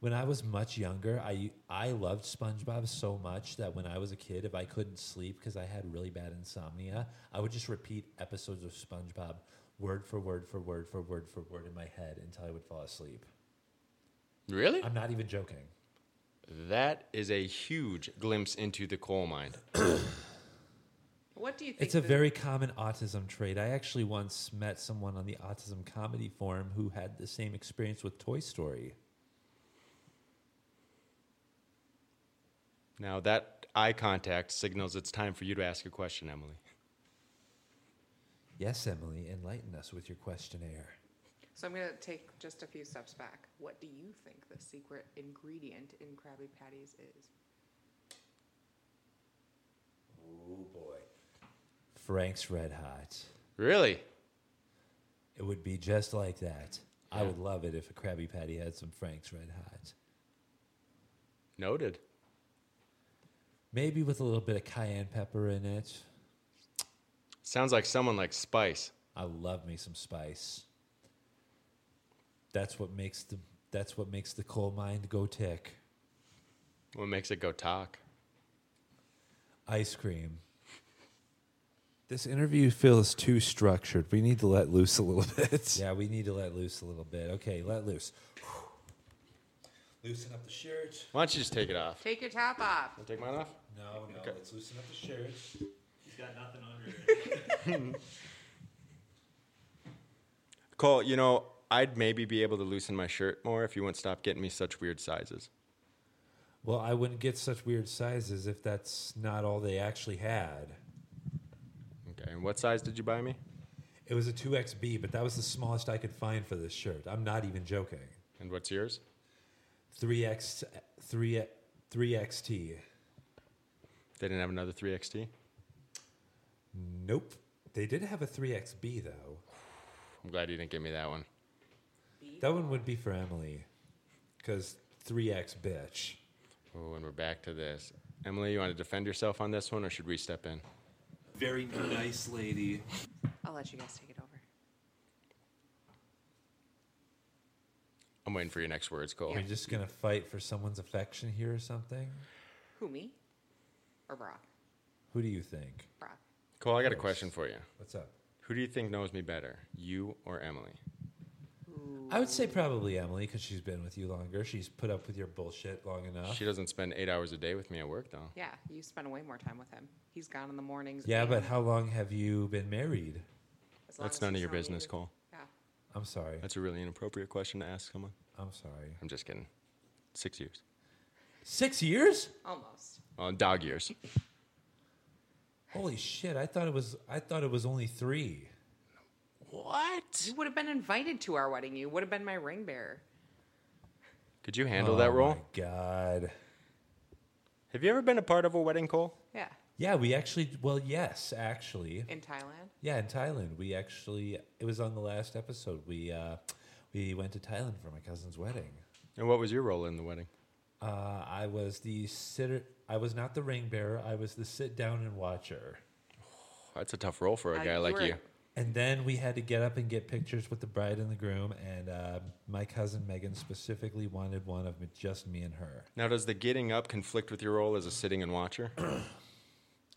[SPEAKER 3] When I was much younger, I I loved SpongeBob so much that when I was a kid, if I couldn't sleep because I had really bad insomnia, I would just repeat episodes of SpongeBob word for word for word for word for word in my head until I would fall asleep.
[SPEAKER 4] Really?
[SPEAKER 3] I'm not even joking.
[SPEAKER 4] That is a huge glimpse into the coal mine.
[SPEAKER 8] What do you think?
[SPEAKER 3] It's a
[SPEAKER 8] the-
[SPEAKER 3] very common autism trait. I actually once met someone on the autism comedy forum who had the same experience with Toy Story.
[SPEAKER 4] Now that eye contact signals it's time for you to ask a question, Emily.
[SPEAKER 3] Yes, Emily, enlighten us with your questionnaire.
[SPEAKER 8] So I'm going to take just a few steps back. What do you think the secret ingredient in Krabby Patties is?
[SPEAKER 3] Oh boy. Frank's Red Hot.
[SPEAKER 4] Really?
[SPEAKER 3] It would be just like that. I
[SPEAKER 4] Yeah.
[SPEAKER 3] would love it if a Krabby Patty had some Frank's Red Hot.
[SPEAKER 4] Noted.
[SPEAKER 3] Maybe with a little bit of cayenne pepper in it.
[SPEAKER 4] Sounds like someone like Spice.
[SPEAKER 3] I love me some spice. That's what makes the that's what makes the coal mine go tick.
[SPEAKER 4] What makes it go talk?
[SPEAKER 3] Ice cream.
[SPEAKER 16] This interview feels too structured. We need to let loose a little bit.
[SPEAKER 3] Yeah, we need to let loose a little bit. Okay, let loose. Loosen up the shirt.
[SPEAKER 4] Why don't you just take it off?
[SPEAKER 8] Take your top off.
[SPEAKER 4] Wanna Take mine off.
[SPEAKER 3] No, no, let's loosen up the shirt.
[SPEAKER 17] He's got nothing under it.
[SPEAKER 4] Cole, you know, I'd maybe be able to loosen my shirt more if you wouldn't stop getting me such weird sizes.
[SPEAKER 3] Well, I wouldn't get such weird sizes if that's not all they actually had.
[SPEAKER 4] Okay, and what size did you buy me?
[SPEAKER 3] It was a 2XB, but that was the smallest I could find for this shirt. I'm not even joking.
[SPEAKER 4] And what's yours?
[SPEAKER 3] 3X 3 3XT.
[SPEAKER 4] They didn't have another 3XT?
[SPEAKER 3] Nope. They did have a 3XB though.
[SPEAKER 4] I'm glad you didn't give me that one.
[SPEAKER 3] That one would be for Emily cuz 3X bitch.
[SPEAKER 4] Oh, and we're back to this. Emily, you want to defend yourself on this one, or should we step in?
[SPEAKER 5] Very nice lady.
[SPEAKER 8] I'll let you guys take it over.
[SPEAKER 4] I'm waiting for your next words, Cole.
[SPEAKER 3] Are we just going to fight for someone's affection here or something?
[SPEAKER 8] Who, me? Or Brock?
[SPEAKER 3] Who do you think?
[SPEAKER 8] Brock.
[SPEAKER 4] Cole, I got a question for you.
[SPEAKER 3] What's up?
[SPEAKER 4] Who do you think knows me better, you or Emily?
[SPEAKER 3] I would say probably Emily cuz she's been with you longer. She's put up with your bullshit long enough.
[SPEAKER 4] She doesn't spend eight hours a day with me at work, though.
[SPEAKER 8] Yeah, you spend way more time with him. He's gone in the mornings.
[SPEAKER 3] Yeah,
[SPEAKER 8] and-
[SPEAKER 3] but how long have you been married?
[SPEAKER 8] As long
[SPEAKER 4] That's
[SPEAKER 8] as
[SPEAKER 4] none of
[SPEAKER 8] he's
[SPEAKER 4] your
[SPEAKER 8] not leaving.
[SPEAKER 4] business, Cole.
[SPEAKER 8] Yeah.
[SPEAKER 3] I'm sorry.
[SPEAKER 4] That's a really inappropriate question to ask someone.
[SPEAKER 3] I'm sorry.
[SPEAKER 4] I'm just kidding. Six years.
[SPEAKER 3] 6 years?
[SPEAKER 8] Almost.
[SPEAKER 4] Well, dog years.
[SPEAKER 3] Holy shit, I thought it was I thought it was only 3.
[SPEAKER 4] What?
[SPEAKER 8] You would have been invited to our wedding. You would have been my ring bearer.
[SPEAKER 4] Could you handle that role?
[SPEAKER 3] Oh God.
[SPEAKER 4] Have you ever been a part of a wedding, Cole?
[SPEAKER 8] Yeah.
[SPEAKER 3] Yeah, we actually well, yes, actually.
[SPEAKER 8] In Thailand.
[SPEAKER 3] Yeah, in Thailand, we actually it was on the last episode. We uh, we went to Thailand for my cousin's wedding.
[SPEAKER 4] And what was your role in the wedding?
[SPEAKER 3] Uh, I was the sitter. I was not the ring bearer. I was the sit down and watcher.
[SPEAKER 4] That's a tough role for a guy like Uh, you.
[SPEAKER 3] And then we had to get up and get pictures with the bride and the groom. And uh, my cousin Megan specifically wanted one of just me and her.
[SPEAKER 4] Now, does the getting up conflict with your role as a sitting and watcher?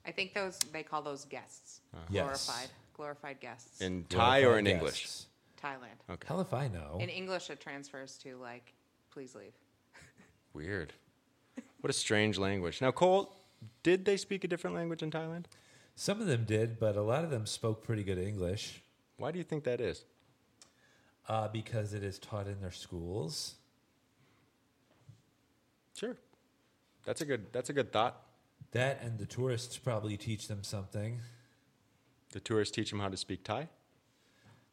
[SPEAKER 8] I think those they call those guests.
[SPEAKER 4] Uh-huh.
[SPEAKER 3] Yes.
[SPEAKER 8] Glorified. Glorified guests.
[SPEAKER 4] in
[SPEAKER 3] Glorified
[SPEAKER 4] Thai or in
[SPEAKER 3] guests.
[SPEAKER 4] English?
[SPEAKER 8] Thailand.
[SPEAKER 4] Okay.
[SPEAKER 3] Hell if I know.
[SPEAKER 8] In E- English it transfers to like, please leave.
[SPEAKER 4] Weird. What a strange language. Now, Cole, did they speak a different language in Thailand?
[SPEAKER 3] Some of them did, but a lot of them spoke pretty good English.
[SPEAKER 4] Why do you think that is?
[SPEAKER 3] Uh, because it is taught in their schools.
[SPEAKER 4] Sure. That's a good. That's a good thought.
[SPEAKER 3] That and the tourists probably teach them something.
[SPEAKER 4] The tourists teach them how to speak Thai.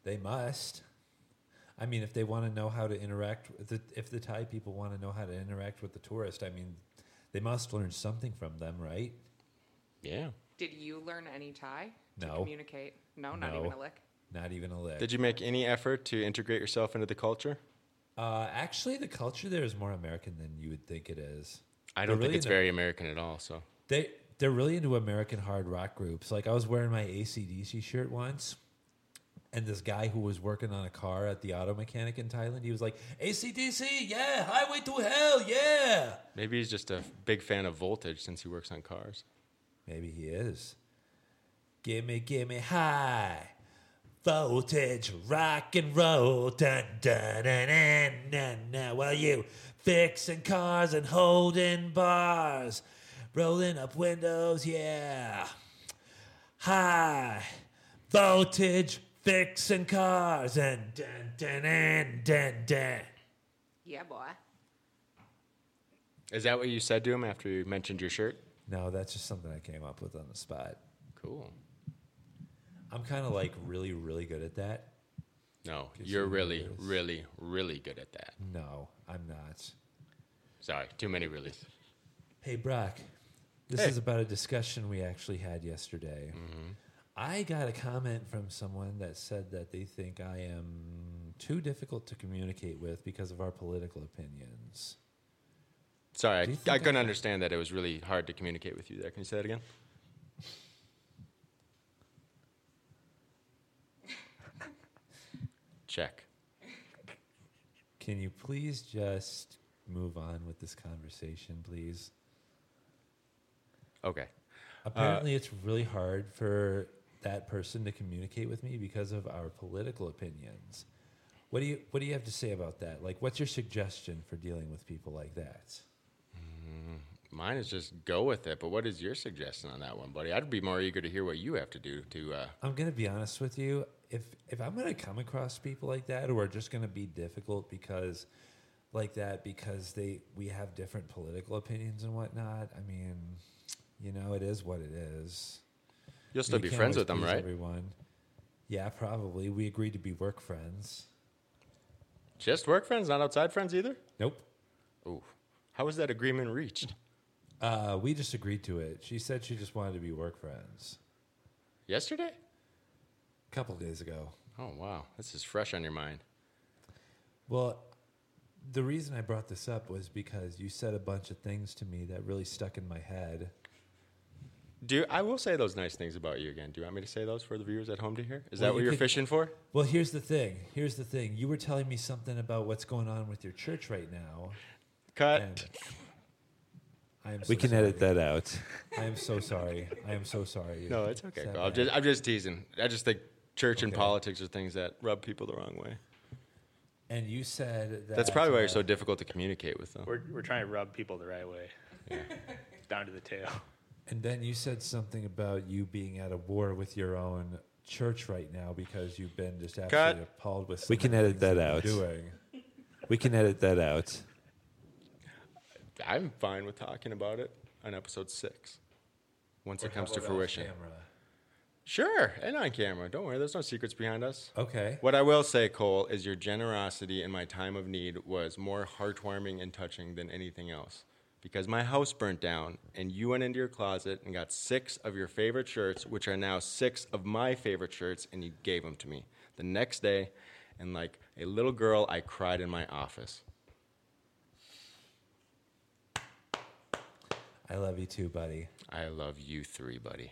[SPEAKER 3] They must. I mean, if they want to know how to interact, with the, if the Thai people want to know how to interact with the tourist, I mean, they must learn something from them, right?
[SPEAKER 4] Yeah.
[SPEAKER 8] Did you learn any Thai to
[SPEAKER 3] No.
[SPEAKER 8] communicate? No, not even
[SPEAKER 3] No.
[SPEAKER 8] a lick.
[SPEAKER 3] Not even a lick.
[SPEAKER 4] Did you make any effort to integrate yourself into the culture?
[SPEAKER 3] Uh, actually, the culture there is more American than you would think it is.
[SPEAKER 4] I
[SPEAKER 3] They're
[SPEAKER 4] don't
[SPEAKER 3] really
[SPEAKER 4] think it's
[SPEAKER 3] into-
[SPEAKER 4] very American at all. So
[SPEAKER 3] They they're really into American hard rock groups. Like I was wearing my ACDC shirt once, and this guy who was working on a car at the auto mechanic in Thailand, he was like, ACDC, yeah, highway to hell, yeah.
[SPEAKER 4] maybe he's just a big fan of Voltage since he works on cars.
[SPEAKER 3] Maybe he is. Gimme, gimme high. Voltage, rock and roll. Dun, dun, dun, dun, dun, dun. While you fixing cars and holding bars. Rolling up windows, yeah. High. Voltage, fixing cars and dun, dun, dun, dun, dun.
[SPEAKER 8] Yeah, boy.
[SPEAKER 4] Is that what you said to him after you mentioned your shirt?
[SPEAKER 3] No, that's just something I came up with on the spot.
[SPEAKER 4] Cool.
[SPEAKER 3] I'm kind of like really, really good at that.
[SPEAKER 4] No, you're really, really, really good at that.
[SPEAKER 3] No, I'm not.
[SPEAKER 4] Sorry, too many reallys.
[SPEAKER 3] Hey, Brock, this
[SPEAKER 4] Hey.
[SPEAKER 3] is about a discussion we actually had yesterday. I got a comment from someone that said that they think I am too difficult to communicate with because of our political opinions.
[SPEAKER 4] Sorry, I, I
[SPEAKER 3] think
[SPEAKER 4] couldn't
[SPEAKER 3] I-
[SPEAKER 4] understand that. It was really hard to communicate with you there. Can you say that again? Check.
[SPEAKER 3] Can you please just move on with this conversation, please?
[SPEAKER 4] Okay.
[SPEAKER 3] Apparently, it's really hard for that person to communicate with me because of our political opinions. What do you What do you have to say about that? Like, what's your suggestion for dealing with people like that?
[SPEAKER 4] Mm, Mine is just go with it. But what is your suggestion on that one, buddy? I'd be more eager to hear what you have to do to. Uh,
[SPEAKER 3] I'm gonna be honest with you. If if I'm gonna come across people like that who are just gonna be difficult because like that because they we have different political opinions and whatnot. I mean, you know, it is what it is.
[SPEAKER 4] You'll still
[SPEAKER 3] You
[SPEAKER 4] be
[SPEAKER 3] can't
[SPEAKER 4] friends
[SPEAKER 3] always
[SPEAKER 4] with them,
[SPEAKER 3] please
[SPEAKER 4] right?
[SPEAKER 3] Everyone. Yeah, probably. We agreed to be work friends.
[SPEAKER 4] just work friends, not outside friends either?
[SPEAKER 3] Nope.
[SPEAKER 4] Ooh. How was that agreement reached?
[SPEAKER 3] Uh, we just agreed to it. She said she just wanted to be work friends.
[SPEAKER 4] Yesterday?
[SPEAKER 3] A couple days ago.
[SPEAKER 4] Oh, wow. This is fresh on your mind.
[SPEAKER 3] Well, the reason I brought this up was because you said a bunch of things to me that really stuck in my head.
[SPEAKER 4] Do I will say those nice things about you again. Do you want me to say those for the viewers at home to hear? Is
[SPEAKER 3] Well,
[SPEAKER 4] that what
[SPEAKER 3] you
[SPEAKER 4] you're
[SPEAKER 3] could-
[SPEAKER 4] fishing for?
[SPEAKER 3] Well, here's the thing. Here's the thing. You were telling me something about what's going on with your church right now.
[SPEAKER 4] Cut.
[SPEAKER 3] I am
[SPEAKER 18] We
[SPEAKER 3] so
[SPEAKER 18] can
[SPEAKER 3] sorry.
[SPEAKER 18] edit that out.
[SPEAKER 3] I am so sorry. I am so sorry.
[SPEAKER 4] No, it's okay.
[SPEAKER 3] that
[SPEAKER 4] Cole. I'm
[SPEAKER 3] bad?
[SPEAKER 4] just I'm just teasing. I just think church and
[SPEAKER 3] Okay.
[SPEAKER 4] politics are things that rub people the wrong way.
[SPEAKER 3] And you said that
[SPEAKER 4] That's probably why
[SPEAKER 3] uh,
[SPEAKER 4] you're so difficult to communicate with them.
[SPEAKER 1] We're, we're trying to rub people the right way. Down to the tail.
[SPEAKER 3] And then you said something about you being at a war with your own church right now because you've been just absolutely appalled with. some
[SPEAKER 18] We
[SPEAKER 3] of the
[SPEAKER 18] can edit
[SPEAKER 3] things
[SPEAKER 18] that
[SPEAKER 3] you're
[SPEAKER 18] out.
[SPEAKER 3] Doing.
[SPEAKER 18] We can edit that out.
[SPEAKER 4] I'm fine with talking about it on episode six. Once
[SPEAKER 3] Or
[SPEAKER 4] it
[SPEAKER 3] how
[SPEAKER 4] comes to
[SPEAKER 3] about off
[SPEAKER 4] fruition.
[SPEAKER 3] camera?
[SPEAKER 4] Sure, and on camera. Don't worry, there's no secrets behind us.
[SPEAKER 3] Okay.
[SPEAKER 4] What I will say, Cole, is your generosity in my time of need was more heartwarming and touching than anything else. Because my house burnt down, and you went into your closet and got six of your favorite shirts, which are now six of my favorite shirts, and you gave them to me the next day. And like a little girl, I cried in my office.
[SPEAKER 3] I love you too, buddy.
[SPEAKER 4] I love you three, buddy.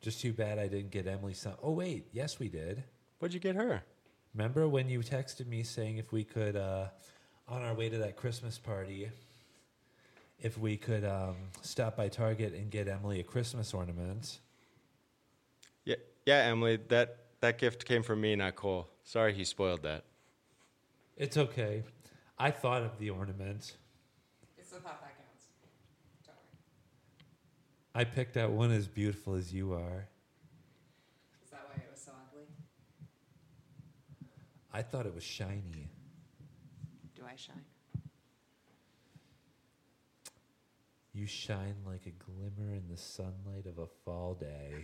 [SPEAKER 3] Just too bad I didn't get Emily some. Oh wait, yes we did.
[SPEAKER 4] What'd you get her?
[SPEAKER 3] Remember when you texted me saying if we could, uh, on our way to that Christmas party, if we could um, stop by Target and get Emily a Christmas ornament?
[SPEAKER 4] Yeah, yeah, Emily, that, that gift came from me, not Cole. Sorry he spoiled that.
[SPEAKER 3] It's okay. I thought of the ornament.
[SPEAKER 19] It's the thought that counts. Don't worry.
[SPEAKER 3] I picked out one as beautiful as you are.
[SPEAKER 19] Is that why it was so ugly?
[SPEAKER 3] I thought it was shiny.
[SPEAKER 8] Do I shine?
[SPEAKER 3] You shine like a glimmer in the sunlight of a fall day.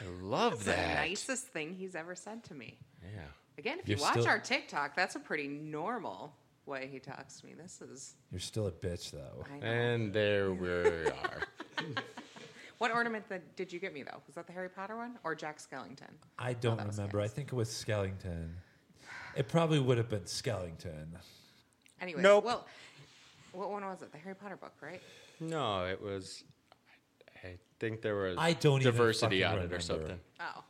[SPEAKER 4] I love
[SPEAKER 8] That's the nicest thing he's ever said to me.
[SPEAKER 4] Yeah.
[SPEAKER 8] Again, if
[SPEAKER 3] You're
[SPEAKER 8] you watch
[SPEAKER 3] still-
[SPEAKER 8] our TikTok, that's a pretty normal way he talks to me. This is
[SPEAKER 3] You're still a bitch, though.
[SPEAKER 8] I know.
[SPEAKER 4] And there we are.
[SPEAKER 8] what ornament that did you get me though? Was that the Harry Potter one or Jack Skellington?
[SPEAKER 3] I don't remember. I think it was Skellington. It probably would have been Skellington.
[SPEAKER 8] Anyway,
[SPEAKER 3] Nope.
[SPEAKER 8] well, what one was it? The Harry Potter book, right?
[SPEAKER 4] No, it was. I think there was.
[SPEAKER 3] I don't even
[SPEAKER 4] diversity
[SPEAKER 3] fucking
[SPEAKER 4] audit or
[SPEAKER 3] remember.
[SPEAKER 4] something.
[SPEAKER 8] Oh.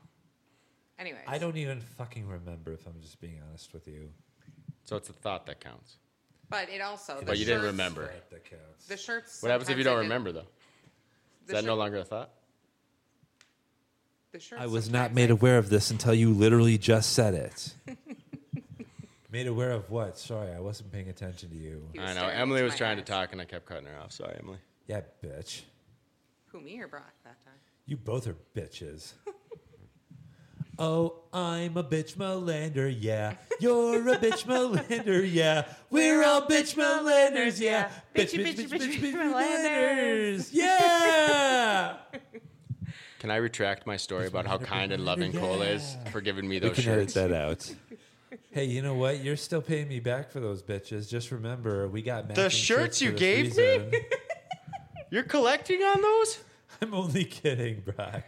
[SPEAKER 8] Anyway,
[SPEAKER 3] I don't even fucking remember if I'm just being honest with you.
[SPEAKER 4] So it's a thought that counts.
[SPEAKER 8] but it also the
[SPEAKER 4] But Oh, you didn't
[SPEAKER 8] shirts-
[SPEAKER 4] remember.
[SPEAKER 8] The shirts.
[SPEAKER 4] What happens if you
[SPEAKER 8] sometimes I
[SPEAKER 4] don't
[SPEAKER 8] did-
[SPEAKER 4] remember though? Is
[SPEAKER 8] The
[SPEAKER 4] that no
[SPEAKER 8] shirt-
[SPEAKER 4] longer a thought?
[SPEAKER 8] The shirts
[SPEAKER 3] I
[SPEAKER 18] was
[SPEAKER 3] not made aware of this until you literally just said it. made aware of what? Sorry, I wasn't paying attention to you.
[SPEAKER 4] I know. Emily was trying to talk, and I kept cutting her off. Sorry, Emily.
[SPEAKER 3] Yeah, bitch.
[SPEAKER 8] Who me or Brock that time?
[SPEAKER 3] You both are bitches. oh, I'm a bitch Melander, yeah. You're a bitch Melander, yeah. We're all bitch Melanders, yeah. Bitch, bitch, bitch, bitch, bitch, Melanders, yeah.
[SPEAKER 4] Can I retract my story about how kind and loving Cole is for giving me
[SPEAKER 20] We
[SPEAKER 4] those
[SPEAKER 20] can edit
[SPEAKER 4] shirts?
[SPEAKER 20] that out.
[SPEAKER 3] Hey, you know what? You're still paying me back for those bitches. Just remember, we got
[SPEAKER 4] The shirts you gave me? You're collecting on those?
[SPEAKER 3] I'm only kidding, Brock.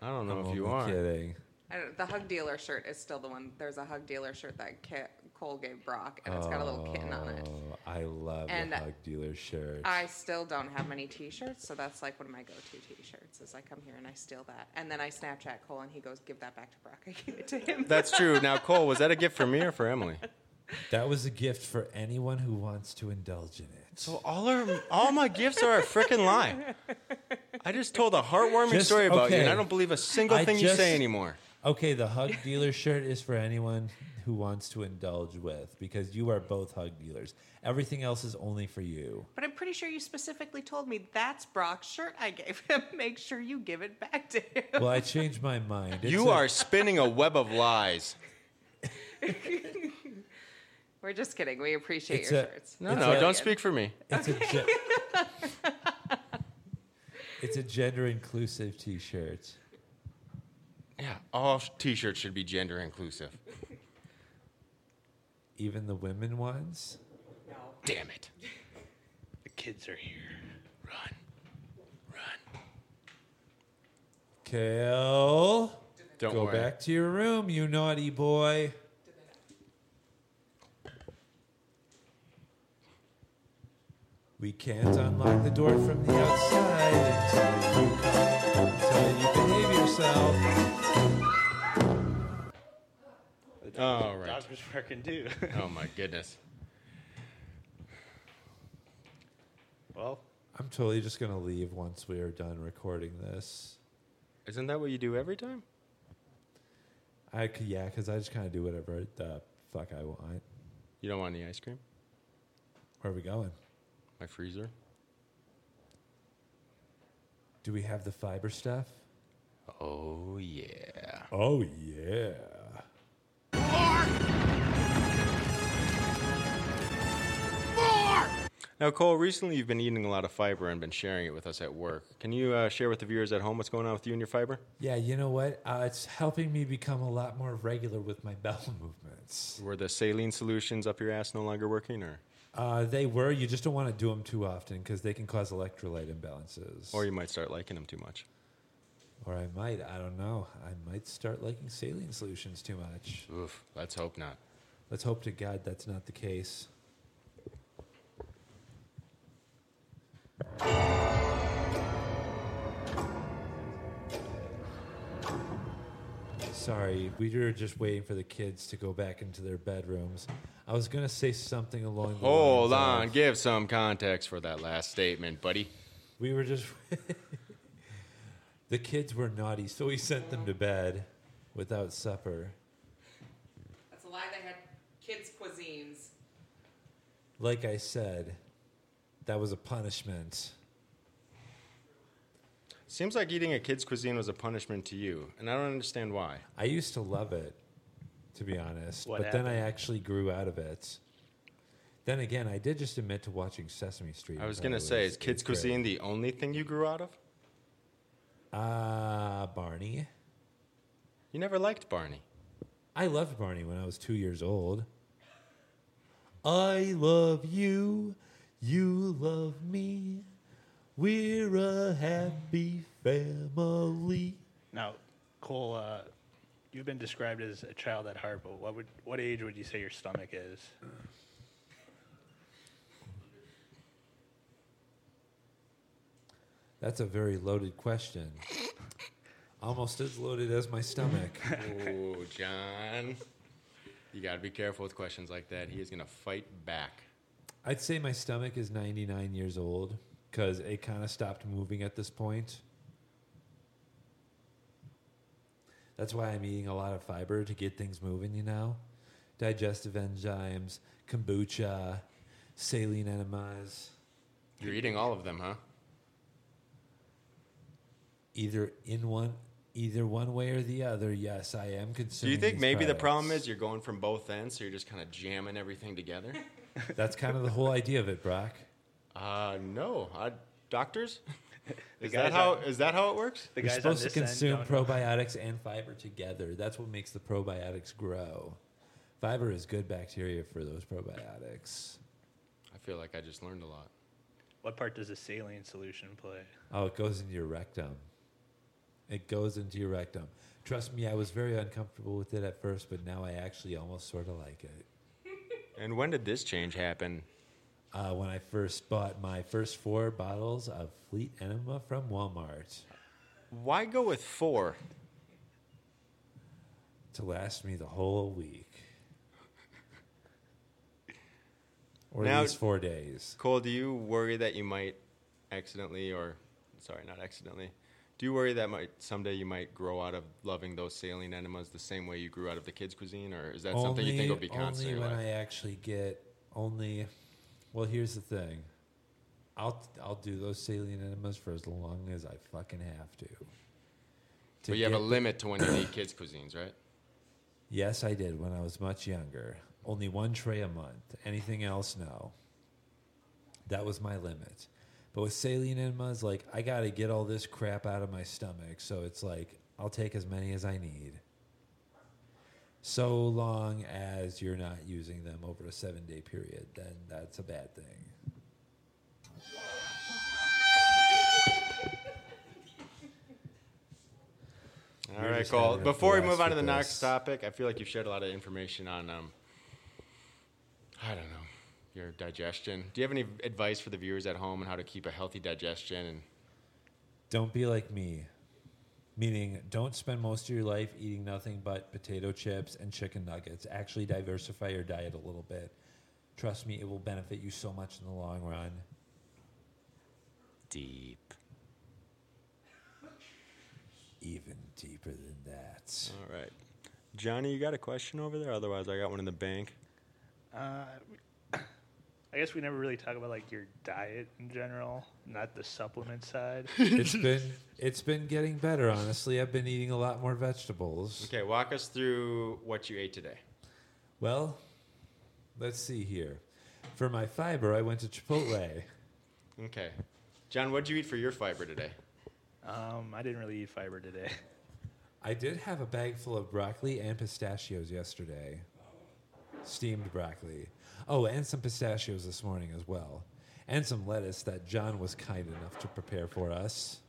[SPEAKER 4] I don't know
[SPEAKER 3] I'm
[SPEAKER 4] if you
[SPEAKER 3] only
[SPEAKER 4] are.
[SPEAKER 3] Kidding.
[SPEAKER 8] I don't, the hug dealer shirt is still the one. There's a hug dealer shirt that Ca- Cole gave Brock, and it's got a little kitten on it.
[SPEAKER 20] Oh, I love
[SPEAKER 8] And
[SPEAKER 20] the hug dealer shirt.
[SPEAKER 8] I still don't have many T-shirts, so that's like one of my go-to T-shirts. Is I come here and I steal that, and then I Snapchat Cole, and he goes, "Give that back to Brock. I give it to him."
[SPEAKER 4] That's true. Now, Cole, was that a gift for me or for Emily?
[SPEAKER 3] That was a gift for anyone who wants to indulge in it.
[SPEAKER 4] So all our all my gifts are a freaking lie. I just told a heartwarming
[SPEAKER 3] Just-
[SPEAKER 4] story about you, and
[SPEAKER 3] okay.
[SPEAKER 4] I don't believe a single
[SPEAKER 3] I
[SPEAKER 4] thing you
[SPEAKER 3] just-
[SPEAKER 4] say anymore.
[SPEAKER 3] Okay, the hug dealer shirt is for anyone who wants to indulge with because you are both hug dealers. Everything else is only for you.
[SPEAKER 21] But I'm pretty sure you specifically told me that's Brock's shirt I gave him. Make sure you give it back to him.
[SPEAKER 3] Well, I changed my mind. It's
[SPEAKER 4] You
[SPEAKER 3] a-
[SPEAKER 4] are spinning a web of lies.
[SPEAKER 8] We're just kidding. We appreciate
[SPEAKER 3] It's
[SPEAKER 8] your
[SPEAKER 3] a-
[SPEAKER 8] shirts.
[SPEAKER 4] No,
[SPEAKER 3] It's
[SPEAKER 4] no,
[SPEAKER 3] a-
[SPEAKER 4] don't speak for me.
[SPEAKER 3] It's a ge- it's a gender inclusive T-shirt.
[SPEAKER 4] Yeah, all sh- T-shirts should be gender inclusive.
[SPEAKER 3] Even the women ones.
[SPEAKER 4] Damn it!
[SPEAKER 1] The kids are here. Run.
[SPEAKER 3] Kale,
[SPEAKER 4] Don't
[SPEAKER 3] go
[SPEAKER 4] worry.
[SPEAKER 3] back to your room, you naughty boy. We can't unlock the door from the outside until you, until you behave yourself.
[SPEAKER 4] All right.
[SPEAKER 1] Dog was working too.
[SPEAKER 4] Oh my goodness.
[SPEAKER 1] well,
[SPEAKER 3] I'm totally just gonna leave once we are done recording this.
[SPEAKER 4] Isn't that what you do every time?
[SPEAKER 3] I c- yeah, because I just kind of do whatever the fuck I want.
[SPEAKER 4] You don't want any ice cream?
[SPEAKER 3] Where are we going?
[SPEAKER 4] My freezer?
[SPEAKER 3] Do we have the fiber stuff?
[SPEAKER 4] Oh yeah.
[SPEAKER 3] Oh yeah.
[SPEAKER 4] Now, Cole, recently you've been eating a lot of fiber and been sharing it with us at work. Can you uh, share with the viewers at home what's going on with you and your fiber?
[SPEAKER 3] Yeah, you know what? Uh, it's helping me become a lot more regular with my bowel movements.
[SPEAKER 4] Were the saline solutions up your ass no longer working, or
[SPEAKER 3] Uh, they were. You just don't want to do them too often because they can cause electrolyte imbalances.
[SPEAKER 4] or you might start liking them too much?
[SPEAKER 3] Or I might. I don't know. I might start liking saline solutions too much.
[SPEAKER 4] Oof. Let's hope not.
[SPEAKER 3] Let's hope to God that's not the case. Sorry, we were just waiting for the kids to go back into their bedrooms. I was gonna say something along the
[SPEAKER 4] Hold
[SPEAKER 3] lines
[SPEAKER 4] on.
[SPEAKER 3] of-
[SPEAKER 4] Give some context for that last statement, buddy.
[SPEAKER 3] we were just the kids were naughty, so we sent them to bed without supper.
[SPEAKER 8] That's a lie. They had kids' cuisines.
[SPEAKER 3] Like I said, that was a punishment.
[SPEAKER 4] Seems like eating a kid's cuisine was a punishment to you, and I don't understand why.
[SPEAKER 3] I used to love it, to be honest.
[SPEAKER 4] What
[SPEAKER 3] but then I actually grew out of it. Then again, I did just admit to watching Sesame Street.
[SPEAKER 4] I was
[SPEAKER 3] when
[SPEAKER 4] gonna say,
[SPEAKER 3] was
[SPEAKER 4] is kids'
[SPEAKER 3] eighth grade.
[SPEAKER 4] cuisine the only thing you grew out of?
[SPEAKER 3] Ah, Barney.
[SPEAKER 4] You never liked Barney.
[SPEAKER 3] I loved Barney when I was two years old. I love you. You love me. We're a happy family.
[SPEAKER 1] Now, Cole, uh, you've been described as a child at heart, but what would what age would you say your stomach is?
[SPEAKER 3] That's a very loaded question. Almost as loaded as my stomach.
[SPEAKER 4] Ooh, John. You got to be careful with questions like that. He is going to fight back.
[SPEAKER 3] I'd say my stomach is 99 years old because it kind of stopped moving at this point. That's why I'm eating a lot of fiber to get things moving, you know? Digestive enzymes, kombucha, saline enemas,
[SPEAKER 4] You're eating all of them, huh?
[SPEAKER 3] either in one either one way or the other. Yes, I am
[SPEAKER 4] Do
[SPEAKER 3] consuming.
[SPEAKER 4] you think
[SPEAKER 3] these
[SPEAKER 4] maybe the
[SPEAKER 3] products.
[SPEAKER 4] problem is you're going from both ends, so you're just kind of jamming everything together?
[SPEAKER 3] That's kind of the whole idea of it, Brock.
[SPEAKER 4] Uh, no. Uh, doctors? Is that how? Is that how it works?
[SPEAKER 3] You're supposed to consume probiotics and fiber together. That's what makes the probiotics grow. Fiber is good bacteria for those probiotics.
[SPEAKER 4] I feel like I just learned a lot.
[SPEAKER 1] What part does a saline solution play?
[SPEAKER 3] Oh, it goes into your rectum. It goes into your rectum. Trust me, I was very uncomfortable with it at first, but now I actually almost sort of like it.
[SPEAKER 4] And when did this change happen?
[SPEAKER 3] Uh, when I first bought my first four bottles of Fleet Enema from Walmart
[SPEAKER 4] Why go with four?
[SPEAKER 3] to last me the whole week. Or
[SPEAKER 4] Now-
[SPEAKER 3] at least four days.
[SPEAKER 4] Cole, do you worry that you might accidentally, or sorry, not accidentally, do you worry that might someday you might grow out of loving those saline enemas the same way you grew out of the kids' cuisine, or is that something you think will be constant? in
[SPEAKER 3] Only
[SPEAKER 4] your life?
[SPEAKER 3] when I actually get only. Well, here's the thing. I'll I'll do those saline enemas for as long as I fucking have to. To
[SPEAKER 4] But you have a
[SPEAKER 3] get-
[SPEAKER 4] limit to when you eat kids' cuisines, right?
[SPEAKER 3] Yes, I did when I was much younger. Only one tray a month. Anything else, no. That was my limit. But with saline enemas, like I gotta get all this crap out of my stomach, so it's like I'll take as many as I need. So long as you're not using them over a seven day period, then that's a bad thing.
[SPEAKER 4] All
[SPEAKER 3] We're
[SPEAKER 4] right,
[SPEAKER 3] just
[SPEAKER 4] Cole.
[SPEAKER 3] having a
[SPEAKER 4] Before we
[SPEAKER 3] blast
[SPEAKER 4] move on to the
[SPEAKER 3] with
[SPEAKER 4] next
[SPEAKER 3] this.
[SPEAKER 4] topic, I feel like you've shared a lot of information on, um, I don't know, your digestion. Do you have any advice for the viewers at home on how to keep a healthy digestion? And
[SPEAKER 3] Don't be like me. Meaning, don't spend most of your life eating nothing but potato chips and chicken nuggets. Actually, diversify your diet a little bit. Trust me, it will benefit you so much in the long run.
[SPEAKER 4] deep.
[SPEAKER 3] Even deeper than that.
[SPEAKER 4] All right, Johnny, you got a question over there? Otherwise, I got one in the bank.
[SPEAKER 1] Uh, I guess we never really talk about like your diet in general, not the supplement side.
[SPEAKER 3] It's been it's been getting better, honestly. I've been eating a lot more vegetables.
[SPEAKER 4] Okay, walk us through what you ate today.
[SPEAKER 3] Well, let's see here. For my fiber, I went to Chipotle.
[SPEAKER 4] Okay, John, what'd you eat for your fiber today?
[SPEAKER 1] Um, I didn't really eat fiber today.
[SPEAKER 3] I did have a bag full of broccoli and pistachios yesterday. Steamed broccoli. Oh, and some pistachios this morning as well. And some lettuce that John was kind enough to prepare for us.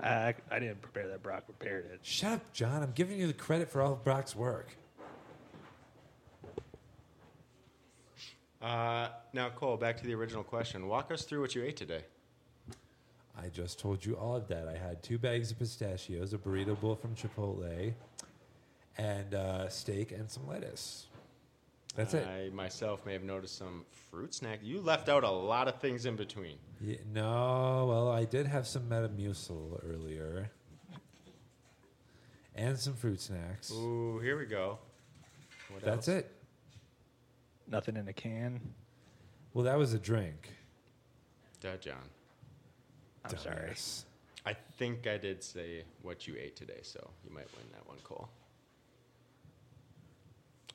[SPEAKER 1] I, I didn't prepare that. Brock prepared it.
[SPEAKER 3] Shut up, John. I'm giving you the credit for all of Brock's work.
[SPEAKER 4] Uh, now, Cole, back to the original question. Walk us through what you ate today.
[SPEAKER 3] I just told you all of that. I had two bags of pistachios, a burrito bowl from Chipotle, and uh, steak and some lettuce. That's it.
[SPEAKER 4] I myself may have noticed some fruit snack. You left out a lot of things in between.
[SPEAKER 3] Yeah, no, well, I did have some Metamucil earlier. And some fruit snacks.
[SPEAKER 4] Ooh, here we go. What
[SPEAKER 3] That's
[SPEAKER 4] else?
[SPEAKER 3] it.
[SPEAKER 1] Nothing in a can.
[SPEAKER 3] Well, that was a drink.
[SPEAKER 4] Duh, John.
[SPEAKER 1] I'm sorry.
[SPEAKER 3] Dumbass.
[SPEAKER 4] I think I did say what you ate today, so you might win that one, Cole.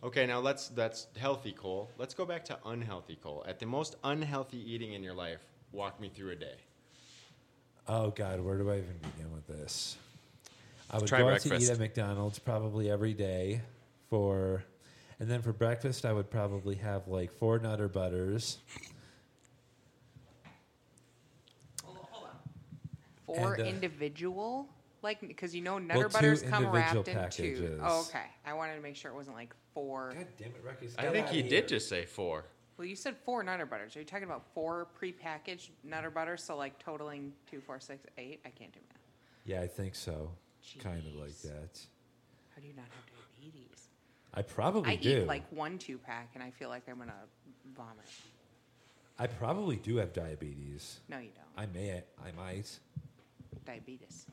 [SPEAKER 4] Okay, now let's that's healthy Cole. Let's go back to unhealthy Cole. At the most unhealthy eating in your life, walk me through a day.
[SPEAKER 3] Oh, God, where do I even begin with this? I would
[SPEAKER 4] Try
[SPEAKER 3] go out to eat
[SPEAKER 4] breakfast.
[SPEAKER 3] at McDonald's probably every day for. And then for breakfast, I would probably have like four Nutter Butters.
[SPEAKER 8] Four
[SPEAKER 3] And, uh,
[SPEAKER 8] individual, like because you know Nutter
[SPEAKER 3] Well, two
[SPEAKER 8] Butters come
[SPEAKER 3] individual
[SPEAKER 8] wrapped in two.
[SPEAKER 3] packages.
[SPEAKER 8] Oh, okay. I wanted to make sure it wasn't like four.
[SPEAKER 3] God damn it, Ricky's
[SPEAKER 4] I think he did just say four.
[SPEAKER 8] Well, you said four Nutter Butters. Are you talking about four prepackaged Nutter Butters? So like totaling two, four, six, eight. I can't do math.
[SPEAKER 3] Yeah, I think so. Kind of like
[SPEAKER 8] Jeez.
[SPEAKER 3] that.
[SPEAKER 8] How do you not have diabetes?
[SPEAKER 3] I probably
[SPEAKER 8] I
[SPEAKER 3] do.
[SPEAKER 8] eat like one two pack and I feel like I'm gonna vomit.
[SPEAKER 3] I probably do have diabetes.
[SPEAKER 8] No, you don't.
[SPEAKER 3] I may. I might.
[SPEAKER 8] Diabetes.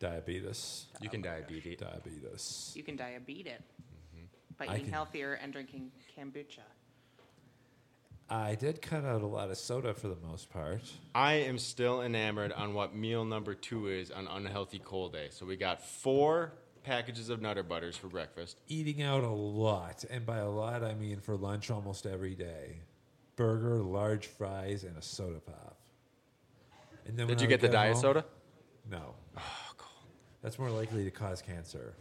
[SPEAKER 3] Diabetes.
[SPEAKER 4] You can diabetes.
[SPEAKER 3] Diabetes.
[SPEAKER 8] You can diabetes it by
[SPEAKER 3] Mm-hmm. I
[SPEAKER 8] eating
[SPEAKER 3] can-
[SPEAKER 8] healthier and drinking kombucha.
[SPEAKER 3] I did cut out a lot of soda for the most part.
[SPEAKER 4] I am still enamored on what meal number two is on unhealthy Cole day. So we got four packages of Nutter Butters for breakfast.
[SPEAKER 3] Eating out a lot, and by a lot I mean for lunch almost every day. Burger, large fries, and a soda pop. And then
[SPEAKER 4] Did
[SPEAKER 3] when
[SPEAKER 4] you
[SPEAKER 3] I
[SPEAKER 4] get the
[SPEAKER 3] would
[SPEAKER 4] diet
[SPEAKER 3] home-
[SPEAKER 4] soda?
[SPEAKER 3] No. Oh, cool. That's more likely to cause cancer.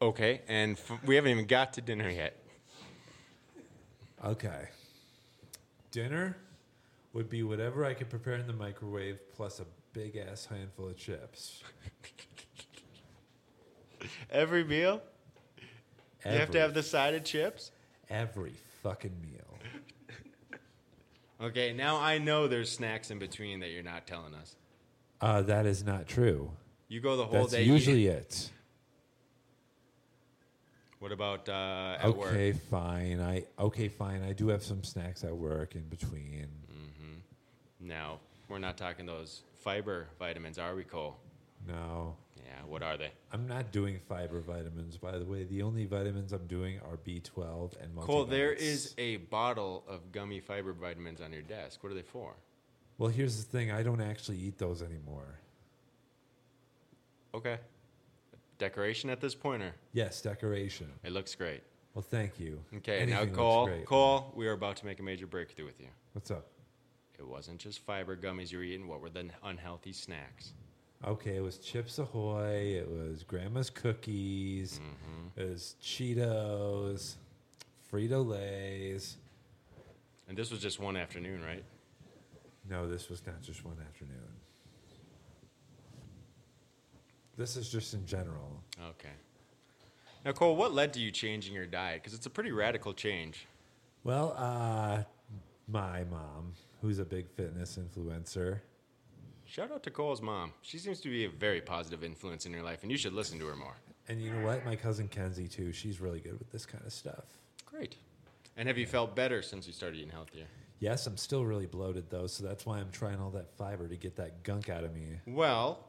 [SPEAKER 4] Okay, and f- we haven't even got to dinner yet.
[SPEAKER 3] Okay. Dinner would be whatever I could prepare in the microwave plus a big ass handful of chips.
[SPEAKER 4] Every meal, you have
[SPEAKER 3] Every.
[SPEAKER 4] to have the side of chips.
[SPEAKER 3] Every fucking meal.
[SPEAKER 4] Okay, now I know there's snacks in between that you're not telling us.
[SPEAKER 3] Uh, that is not true.
[SPEAKER 4] You go the whole
[SPEAKER 3] That's
[SPEAKER 4] day
[SPEAKER 3] usually
[SPEAKER 4] eating.
[SPEAKER 3] it.
[SPEAKER 4] What about uh, at
[SPEAKER 3] okay,
[SPEAKER 4] work?
[SPEAKER 3] fine. I okay, fine. I do have some snacks at work in between.
[SPEAKER 4] Now we're not talking those fiber vitamins, are we, Cole?
[SPEAKER 3] No,
[SPEAKER 4] Yeah, what are they?
[SPEAKER 3] I'm not doing fiber vitamins. By the way, the only vitamins I'm doing are B12 and multivitamins.
[SPEAKER 4] Cole, there is a bottle of gummy fiber vitamins on your desk. What are they for?
[SPEAKER 3] Well, here's the thing. I don't actually eat those anymore.
[SPEAKER 4] Okay. Decoration at this point, or
[SPEAKER 3] Yes, decoration.
[SPEAKER 4] it looks great.
[SPEAKER 3] Well, thank you.
[SPEAKER 4] Okay,
[SPEAKER 3] Anything
[SPEAKER 4] now
[SPEAKER 3] looks
[SPEAKER 4] Cole,
[SPEAKER 3] great.
[SPEAKER 4] Cole, we are about to make a major breakthrough with you.
[SPEAKER 3] What's up?
[SPEAKER 4] It wasn't just fiber gummies you were eating. What were the unhealthy snacks?
[SPEAKER 3] Okay, it was Chips Ahoy. It was Grandma's cookies. It was Cheetos, Frito Lay's.
[SPEAKER 4] And this was just one afternoon, right?
[SPEAKER 3] No, this was not just one afternoon. This is just in general.
[SPEAKER 4] Okay. Now, Cole, what led to you changing your diet? Because it's a pretty radical change.
[SPEAKER 3] Well, uh, my mom, who's a big fitness influencer,
[SPEAKER 4] Shout out to Cole's mom. She seems to be a very positive influence in your life, and you should listen to her more.
[SPEAKER 3] and you know what? My cousin Kenzie too. She's really good with this kind of stuff.
[SPEAKER 4] Great. And have you felt better since you started eating healthier?
[SPEAKER 3] Yes, I'm still really bloated though, so that's why I'm trying all that fiber to get that gunk out of me.
[SPEAKER 4] Well,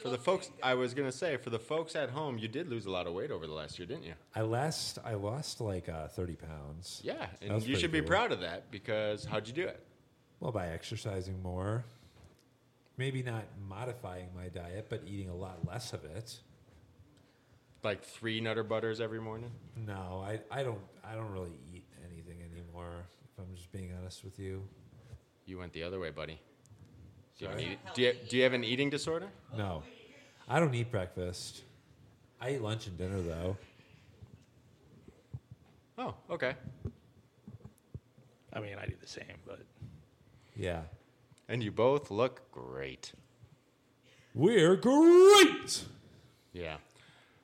[SPEAKER 4] for the folks, I was going to say, for the folks at home, you did lose a lot of weight over the last year, didn't you?
[SPEAKER 3] I last I lost like uh, 30 pounds.
[SPEAKER 4] Yeah,
[SPEAKER 3] That
[SPEAKER 4] and
[SPEAKER 3] was
[SPEAKER 4] you
[SPEAKER 3] pretty
[SPEAKER 4] should be
[SPEAKER 3] cool.
[SPEAKER 4] proud of that because how'd you do it?
[SPEAKER 3] Well, by exercising more, maybe not modifying my diet, but eating a lot less of it.
[SPEAKER 4] Like three Nutter Butters every morning?
[SPEAKER 3] No, I, I don't I don't really eat anything anymore. If I'm just being honest with you,
[SPEAKER 4] You went the other way, buddy. Do you, have
[SPEAKER 3] Sorry?
[SPEAKER 4] an eat- do, you, do you have an eating disorder?
[SPEAKER 3] no, I don't eat breakfast. I eat lunch and dinner though.
[SPEAKER 4] Oh, okay.
[SPEAKER 1] I mean, I do the same, but
[SPEAKER 3] Yeah,
[SPEAKER 4] And you both look great.
[SPEAKER 3] we're great.
[SPEAKER 4] Yeah.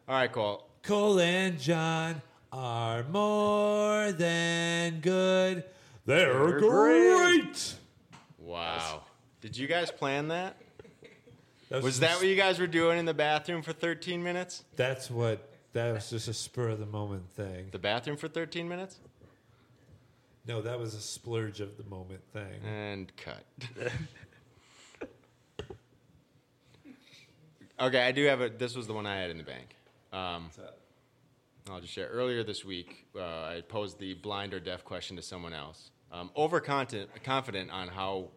[SPEAKER 4] All right, Cole.
[SPEAKER 3] Cole and John are more than good. They're
[SPEAKER 4] They're
[SPEAKER 3] great.
[SPEAKER 4] great. Wow. Did you guys plan that?
[SPEAKER 3] That
[SPEAKER 4] Was that what you guys were doing in the bathroom for 13 minutes?
[SPEAKER 3] That's what. That was just a spur of the moment thing.
[SPEAKER 4] The bathroom for 13 minutes?
[SPEAKER 3] No, that was a splurge of the moment thing.
[SPEAKER 4] And cut. okay, I do have a. This was the one I had in the bank. Um, I'll just share. Earlier this week, uh, I posed the blind or deaf question to someone else. Um, overconfident confident on how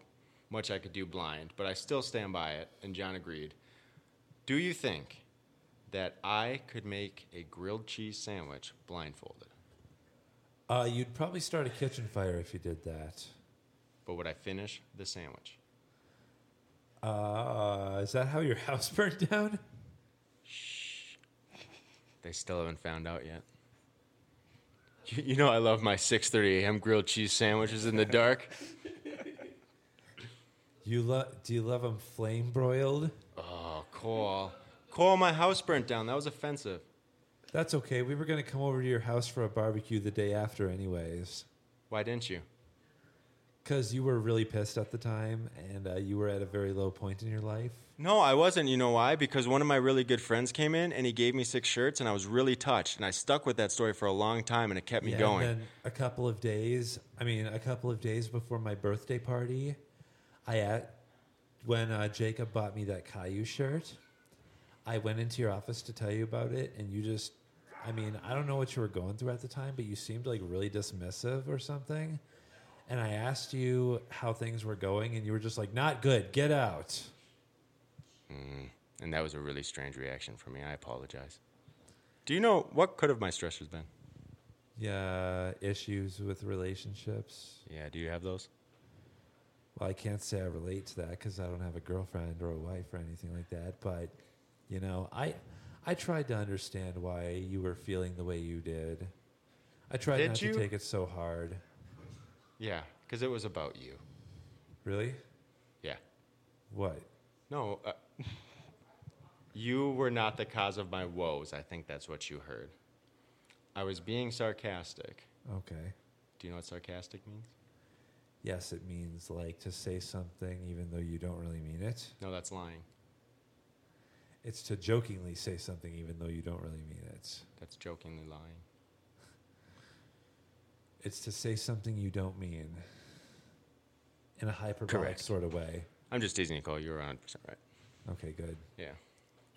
[SPEAKER 4] much I could do blind, but I still stand by it, and John agreed. Do you think that I could make a grilled cheese sandwich blindfolded?
[SPEAKER 3] Uh, you'd probably start a kitchen fire if you did that.
[SPEAKER 4] But would I finish the sandwich?
[SPEAKER 3] Uh, is that how your house burned down?
[SPEAKER 4] They still haven't found out yet. You, you know I love my 6:30 a.m. grilled cheese sandwiches in the dark.
[SPEAKER 3] You love? Do you love them flame broiled?
[SPEAKER 4] Oh, Cole, Cole, my house burnt down. That was offensive.
[SPEAKER 3] That's okay. We were gonna come over to your house for a barbecue the day after, anyways,
[SPEAKER 4] Why didn't you?
[SPEAKER 3] because you were really pissed at the time, and uh, you were at a very low point in your life.
[SPEAKER 4] No, I wasn't. You know why? Because one of my really good friends came in and he gave me six shirts, and I was really touched. And I stuck with that story for a long time, and it kept me
[SPEAKER 3] Yeah, and
[SPEAKER 4] going.
[SPEAKER 3] then a couple of days, I mean, a couple of days before my birthday party, I at, when uh, Jacob bought me that Caillou shirt, I went into your office to tell you about it, and you just, I mean, I don't know what you were going through at the time, but you seemed like really dismissive or something. And I asked you how things were going, and you were just like, "Not good. Get out."
[SPEAKER 4] Mm, and that was a really strange reaction for me. I apologize. Do you know what could have my stressors been?
[SPEAKER 3] Yeah, issues with relationships.
[SPEAKER 4] Yeah, do you have those?
[SPEAKER 3] Well, I can't say I relate to that because I don't have a girlfriend or a wife or anything like that. But you know, I I tried to understand why you were feeling the way you did. I tried
[SPEAKER 4] Did
[SPEAKER 3] not
[SPEAKER 4] you?
[SPEAKER 3] to take it so hard.
[SPEAKER 4] Yeah, because it was about you.
[SPEAKER 3] Really?
[SPEAKER 4] Yeah.
[SPEAKER 3] What?
[SPEAKER 4] No, uh, you were not the cause of my woes. I think that's what you heard. I was being sarcastic.
[SPEAKER 3] Okay.
[SPEAKER 4] Do you know what sarcastic means?
[SPEAKER 3] Yes, it means like to say something even though you don't really mean it.
[SPEAKER 4] No, that's lying.
[SPEAKER 3] It's to jokingly say something even though you don't really mean it.
[SPEAKER 4] That's jokingly lying.
[SPEAKER 3] It's to say something you don't mean in a hyperbolic
[SPEAKER 4] Correct.
[SPEAKER 3] sort of way.
[SPEAKER 4] I'm just teasing you, Cole. You're 100% right.
[SPEAKER 3] Okay, good.
[SPEAKER 4] Yeah.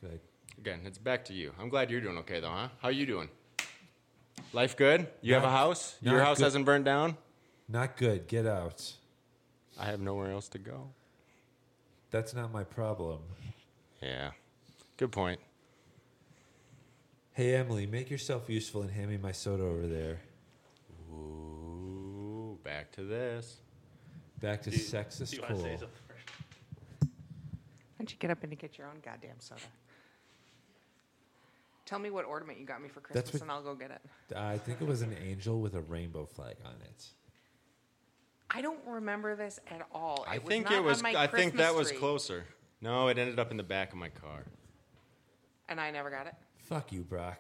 [SPEAKER 3] Good.
[SPEAKER 4] Again, it's back to you. I'm glad you're doing okay, though, huh? How you doing? Life good? You have a house? Your
[SPEAKER 3] not
[SPEAKER 4] house
[SPEAKER 3] good.
[SPEAKER 4] hasn't burned down?
[SPEAKER 3] Not good. Get out.
[SPEAKER 4] I have nowhere else to go.
[SPEAKER 3] That's not my problem.
[SPEAKER 4] Yeah. Good point.
[SPEAKER 3] Hey, Emily, make yourself useful and hand me my soda over there.
[SPEAKER 4] Ooh, back to this.
[SPEAKER 3] Back to
[SPEAKER 4] Do you-
[SPEAKER 3] sexist
[SPEAKER 4] do you wanna
[SPEAKER 3] cool.
[SPEAKER 4] say something?
[SPEAKER 8] Why don't you get up and get your own goddamn soda? Tell me what ornament you got me for
[SPEAKER 3] That's
[SPEAKER 8] Christmas
[SPEAKER 3] what-
[SPEAKER 8] and I'll go get it.
[SPEAKER 3] I think it was an angel with a rainbow flag on it.
[SPEAKER 8] I don't remember this at all.
[SPEAKER 4] I
[SPEAKER 8] It was
[SPEAKER 4] think
[SPEAKER 8] not
[SPEAKER 4] it
[SPEAKER 8] on
[SPEAKER 4] was.
[SPEAKER 8] my
[SPEAKER 4] I think that
[SPEAKER 8] Christmas
[SPEAKER 4] was
[SPEAKER 8] tree,
[SPEAKER 4] closer. No, it ended up in the back of my car.
[SPEAKER 8] And I never got it.
[SPEAKER 3] Fuck you, Brock.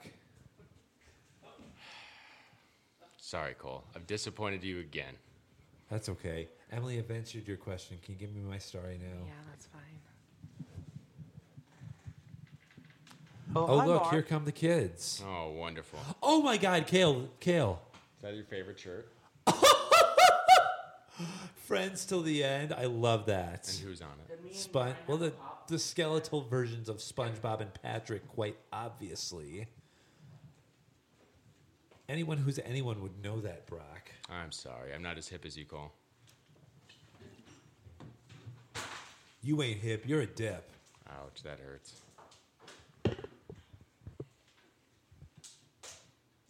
[SPEAKER 4] Sorry, Cole. I've disappointed you again.
[SPEAKER 3] That's okay. Emily, I've answered your question. Can you give me my story now?
[SPEAKER 8] Yeah, that's fine.
[SPEAKER 3] Oh,
[SPEAKER 8] hi,
[SPEAKER 3] look,
[SPEAKER 8] Mark.
[SPEAKER 3] here come the kids.
[SPEAKER 4] Oh, wonderful.
[SPEAKER 3] Oh my God, Kale, Kale.
[SPEAKER 4] Is that your favorite shirt?
[SPEAKER 3] Friends till the end. I love that.
[SPEAKER 4] And who's on it?
[SPEAKER 3] Spon- well, the, the skeletal versions of SpongeBob and Patrick, quite obviously. Anyone who's anyone would know that, Brock.
[SPEAKER 4] I'm sorry. I'm not as hip as you, Cole.
[SPEAKER 3] You ain't hip. You're a dip.
[SPEAKER 4] Ouch, that hurts.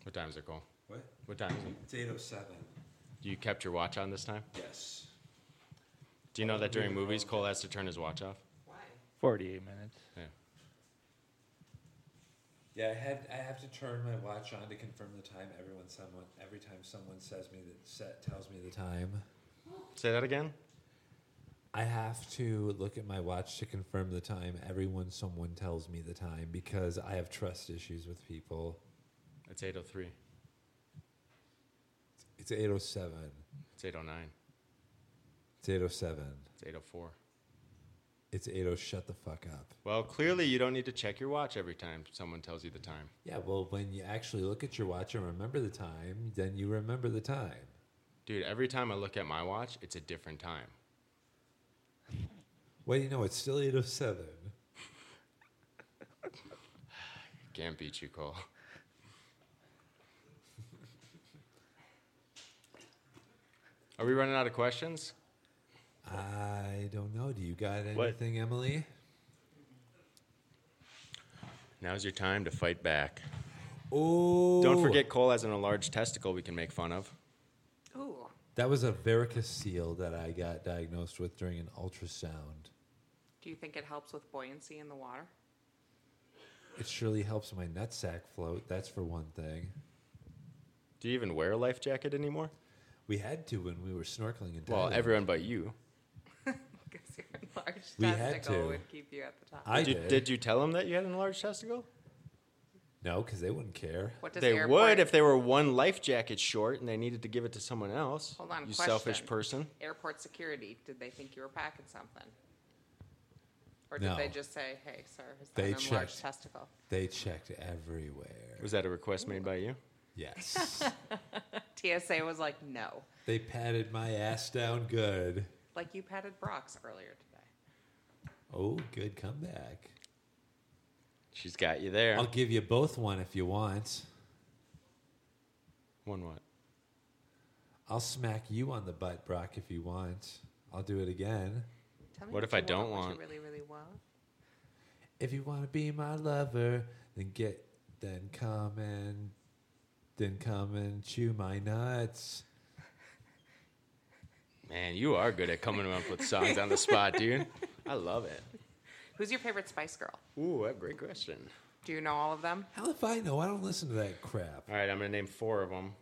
[SPEAKER 4] What time is it, Cole?
[SPEAKER 3] What?
[SPEAKER 4] What time is it?
[SPEAKER 3] It's 807.
[SPEAKER 4] You kept your watch on this time?
[SPEAKER 3] Yes.
[SPEAKER 4] Do you know that during movies, Cole has to turn his watch off?
[SPEAKER 1] 48 minutes.
[SPEAKER 4] Yeah.
[SPEAKER 3] Yeah, I had I have to turn my watch on to confirm the time everyone someone every time someone says me that set tells me the time.
[SPEAKER 4] Say that again?
[SPEAKER 3] I have to look at my watch to confirm the time everyone someone tells me the time because I have trust issues with people.
[SPEAKER 4] It's 8.03.
[SPEAKER 3] It's 807.
[SPEAKER 4] It's 8.09.
[SPEAKER 3] It's 807.
[SPEAKER 4] It's 8.04.
[SPEAKER 3] It's 80 shut the fuck up.
[SPEAKER 4] Well, clearly you don't need to check your watch every time someone tells you the time.
[SPEAKER 3] Yeah, well when you actually look at your watch and remember the time, then you remember the time.
[SPEAKER 4] Dude, every time I look at my watch, it's a different time.
[SPEAKER 3] Well, you know, it's still 807.
[SPEAKER 4] Can't beat you, Cole. Are we running out of questions?
[SPEAKER 3] I don't know. Do you got
[SPEAKER 1] What?
[SPEAKER 3] anything, Emily?
[SPEAKER 4] Now's your time to fight back.
[SPEAKER 3] Oh.
[SPEAKER 4] Don't forget Cole has an enlarged testicle we can make fun of.
[SPEAKER 8] Ooh.
[SPEAKER 3] That was a varicose seal that I got diagnosed with during an ultrasound.
[SPEAKER 8] Do you think it helps with buoyancy in the water?
[SPEAKER 3] It surely helps my nutsack float. That's for one thing.
[SPEAKER 4] Do you even wear a life jacket anymore?
[SPEAKER 3] We had to when we were snorkeling in Thailand.
[SPEAKER 4] Well, everyone but you.
[SPEAKER 8] Because your enlarged
[SPEAKER 3] We had
[SPEAKER 8] testicle
[SPEAKER 3] to.
[SPEAKER 8] would keep you at the top.
[SPEAKER 3] I
[SPEAKER 4] did, you,
[SPEAKER 3] did.
[SPEAKER 4] you tell them that you had an enlarged testicle?
[SPEAKER 3] No, because they wouldn't care.
[SPEAKER 8] What does
[SPEAKER 4] they
[SPEAKER 8] airport,
[SPEAKER 4] would if they were one life jacket short and they needed to give it to someone else.
[SPEAKER 8] Hold on,
[SPEAKER 4] you
[SPEAKER 8] question.
[SPEAKER 4] selfish person.
[SPEAKER 8] Airport security, did they think you were packing something? Or did
[SPEAKER 3] No.
[SPEAKER 8] they just say, hey, sir, is that
[SPEAKER 3] They
[SPEAKER 8] an enlarged
[SPEAKER 3] checked.
[SPEAKER 8] testicle?
[SPEAKER 3] They checked everywhere.
[SPEAKER 4] Was that a request made by you?
[SPEAKER 3] Yes.
[SPEAKER 8] TSA was like, no.
[SPEAKER 3] they patted my ass down good.
[SPEAKER 8] Like you patted Brock's earlier today.
[SPEAKER 3] Oh, good comeback.
[SPEAKER 4] She's got you there.
[SPEAKER 3] I'll give you both one if you want.
[SPEAKER 4] One what?
[SPEAKER 3] I'll smack you on the butt, Brock, if you want. I'll do it again.
[SPEAKER 8] Tell me
[SPEAKER 4] What if I
[SPEAKER 8] you
[SPEAKER 4] don't
[SPEAKER 8] what
[SPEAKER 4] want-
[SPEAKER 8] You really, really want.
[SPEAKER 3] If you want to be my lover, then get, then come and, then come and chew my nuts.
[SPEAKER 4] Man, you are good at coming up with songs on the spot, dude. I love it.
[SPEAKER 8] Who's your favorite Spice Girl?
[SPEAKER 4] Ooh, that's a great question.
[SPEAKER 8] Do you know all of them?
[SPEAKER 3] Hell if I know. I don't listen to that crap.
[SPEAKER 4] All right, I'm gonna name four of them.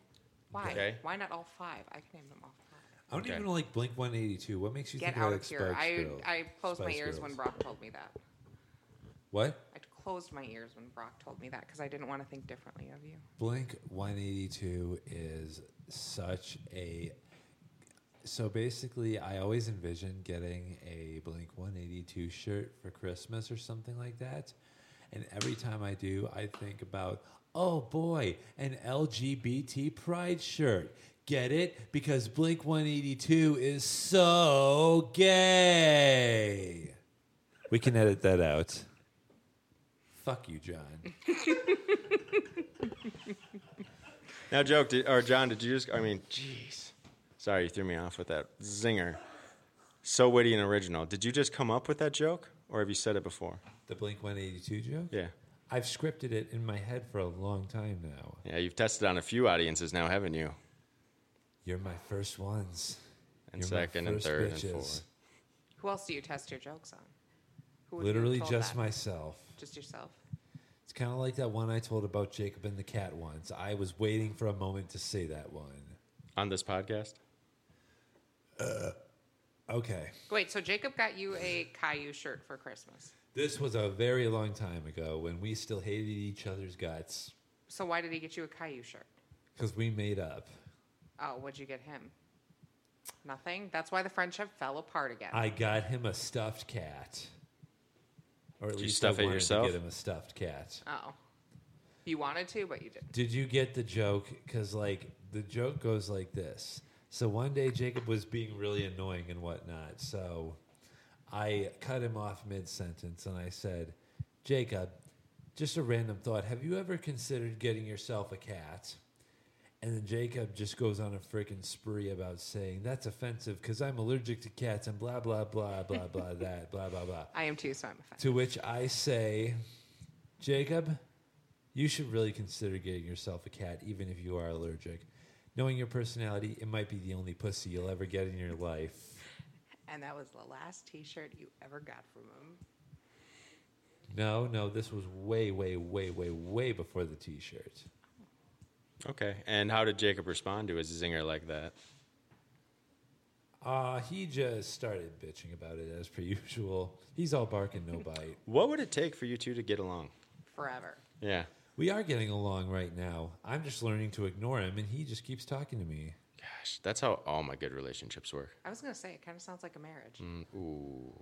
[SPEAKER 8] Why?
[SPEAKER 4] Okay.
[SPEAKER 8] Why not all five? I can name them all. five.
[SPEAKER 3] I don't
[SPEAKER 4] Okay.
[SPEAKER 3] even like Blink 182. What makes you
[SPEAKER 8] Get
[SPEAKER 3] think I
[SPEAKER 8] out
[SPEAKER 3] like
[SPEAKER 8] of here!
[SPEAKER 3] Spice
[SPEAKER 8] I
[SPEAKER 3] Girls?
[SPEAKER 8] I closed my
[SPEAKER 3] Spice
[SPEAKER 8] ears
[SPEAKER 3] Girls.
[SPEAKER 8] when Brock told me that.
[SPEAKER 3] What?
[SPEAKER 8] I closed my ears when Brock told me that because I didn't want to think differently of you.
[SPEAKER 3] Blink 182 is such a. So basically, I always envision getting a Blink 182 shirt for Christmas or something like that. And every time I do, I think about, oh boy, an LGBT pride shirt. Get it? Because Blink 182 is so gay. We can edit that out. Fuck you, John.
[SPEAKER 4] Now, joke did, or John, did you just? I mean, jeez. Sorry, you threw me off with that zinger. So witty and original. Did you just come up with that joke, or have you said it before?
[SPEAKER 3] The Blink 182 joke?
[SPEAKER 4] Yeah,
[SPEAKER 3] I've scripted it in my head for a long time now.
[SPEAKER 4] yeah. You've tested on a few audiences now, haven't you?
[SPEAKER 3] You're my first ones.
[SPEAKER 4] And
[SPEAKER 3] You're my
[SPEAKER 4] second and
[SPEAKER 3] first
[SPEAKER 4] third
[SPEAKER 3] bitches.
[SPEAKER 4] and fourth.
[SPEAKER 8] Who else do you test your jokes on? Who would you have
[SPEAKER 3] Literally
[SPEAKER 8] told
[SPEAKER 3] just
[SPEAKER 8] that?
[SPEAKER 3] myself.
[SPEAKER 8] Just yourself.
[SPEAKER 3] It's kind of like that one I told about Jacob and the cat once. I was waiting for a moment to say that one.
[SPEAKER 4] On this podcast.
[SPEAKER 3] Okay.
[SPEAKER 8] Wait, so Jacob got you a Caillou shirt for Christmas.
[SPEAKER 3] This was a very long time ago when we still hated each other's guts
[SPEAKER 8] So why did he get you a Caillou shirt?
[SPEAKER 3] because we made up.
[SPEAKER 8] Oh, what'd you get him? Nothing. That's why the friendship fell apart again.
[SPEAKER 3] I got him a stuffed cat. Or at
[SPEAKER 4] Did you
[SPEAKER 3] least
[SPEAKER 4] stuff
[SPEAKER 3] I
[SPEAKER 4] it
[SPEAKER 3] wanted
[SPEAKER 4] yourself?
[SPEAKER 3] to get him a stuffed cat.
[SPEAKER 8] Oh, you wanted to, but you didn't.
[SPEAKER 3] Did you get the joke? Because like the joke goes like this. So one day Jacob was being really annoying and whatnot. So I cut him off mid sentence and I said, Jacob, just a random thought. Have you ever considered getting yourself a cat? And then Jacob just goes on a freaking spree about saying that's offensive because I'm allergic to cats and blah blah blah blah blah that blah blah blah.
[SPEAKER 8] I am too, so I'm offended.
[SPEAKER 3] To which I say, Jacob, you should really consider getting yourself a cat, even if you are allergic. Knowing your personality, it might be the only pussy you'll ever get in your life.
[SPEAKER 8] And that was the last T-shirt you ever got from him.
[SPEAKER 3] No, no, this was way, way, way, way, way before the t shirt.
[SPEAKER 4] Okay. And how did Jacob respond to a zinger like that?
[SPEAKER 3] Uh, he just started bitching about it as per usual. He's all bark and no bite.
[SPEAKER 4] What would it take for you two to get along?
[SPEAKER 8] Forever.
[SPEAKER 4] Yeah.
[SPEAKER 3] We are getting along right now. I'm just learning to ignore him, and he just keeps talking to me.
[SPEAKER 4] Gosh, that's how all my good relationships work.
[SPEAKER 8] I was gonna say it kind of sounds like a marriage.
[SPEAKER 4] Mm, ooh.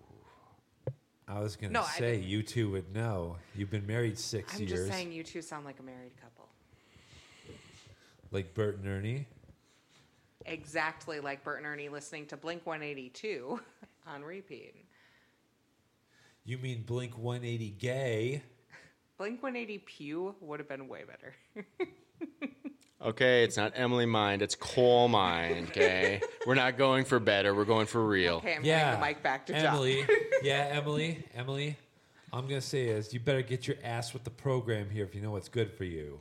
[SPEAKER 3] I was going to
[SPEAKER 8] No, I
[SPEAKER 3] say, you two would know. You've been married 6
[SPEAKER 8] I'm
[SPEAKER 3] years.
[SPEAKER 8] just saying you two sound like a married couple.
[SPEAKER 3] Like Bert and Ernie?
[SPEAKER 8] Exactly like Bert and Ernie listening to Blink 182 on repeat.
[SPEAKER 3] You mean Blink 180 gay?
[SPEAKER 8] Blink 180 Pew would have been way better.
[SPEAKER 4] Okay, it's not Emily Mind, it's Cole Mind, okay? we're not going for better, we're going for real.
[SPEAKER 8] Okay, I'm
[SPEAKER 3] yeah.
[SPEAKER 8] giving the mic back to John.
[SPEAKER 3] Emily. yeah, Emily. Emily. I'm going to say is you better get your ass with the program here if you know what's good for you.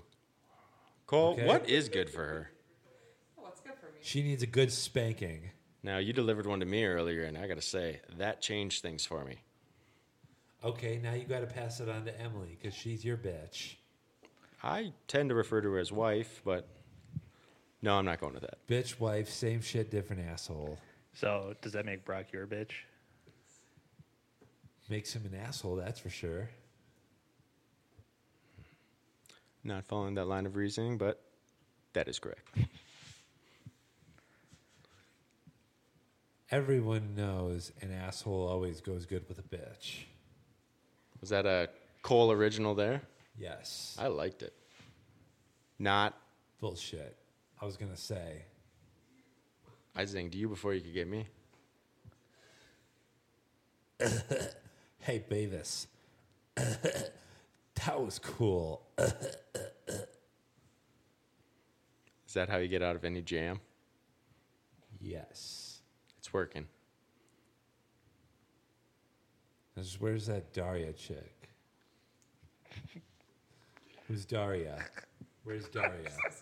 [SPEAKER 4] Cole,
[SPEAKER 3] Okay.
[SPEAKER 4] what is good for her?
[SPEAKER 8] What's good for me?
[SPEAKER 3] She needs a good spanking.
[SPEAKER 4] Now, you delivered one to me earlier, and I gotta say, that changed things for me.
[SPEAKER 3] Okay, now you got to pass it on to Emily because she's your bitch.
[SPEAKER 4] I tend to refer to her as wife, but no, I'm not going to that.
[SPEAKER 3] Bitch, wife, same shit, different asshole.
[SPEAKER 1] So does that make Brock your bitch?
[SPEAKER 3] Makes him an asshole, that's for sure.
[SPEAKER 4] Not following that line of reasoning, but that is correct.
[SPEAKER 3] Everyone knows an asshole always goes good with a bitch.
[SPEAKER 4] Was that a Cole original there?
[SPEAKER 8] Uh,
[SPEAKER 3] Yes.
[SPEAKER 4] I liked it. Not,
[SPEAKER 3] Bullshit. I was going to say.
[SPEAKER 4] I zinged you before you could get me.
[SPEAKER 3] Hey, Beavis. that was cool.
[SPEAKER 4] Is that how you get out of any jam?
[SPEAKER 3] Yes.
[SPEAKER 4] It's working.
[SPEAKER 3] I just- Where's that Daria chick? Who's Daria? Where's Daria?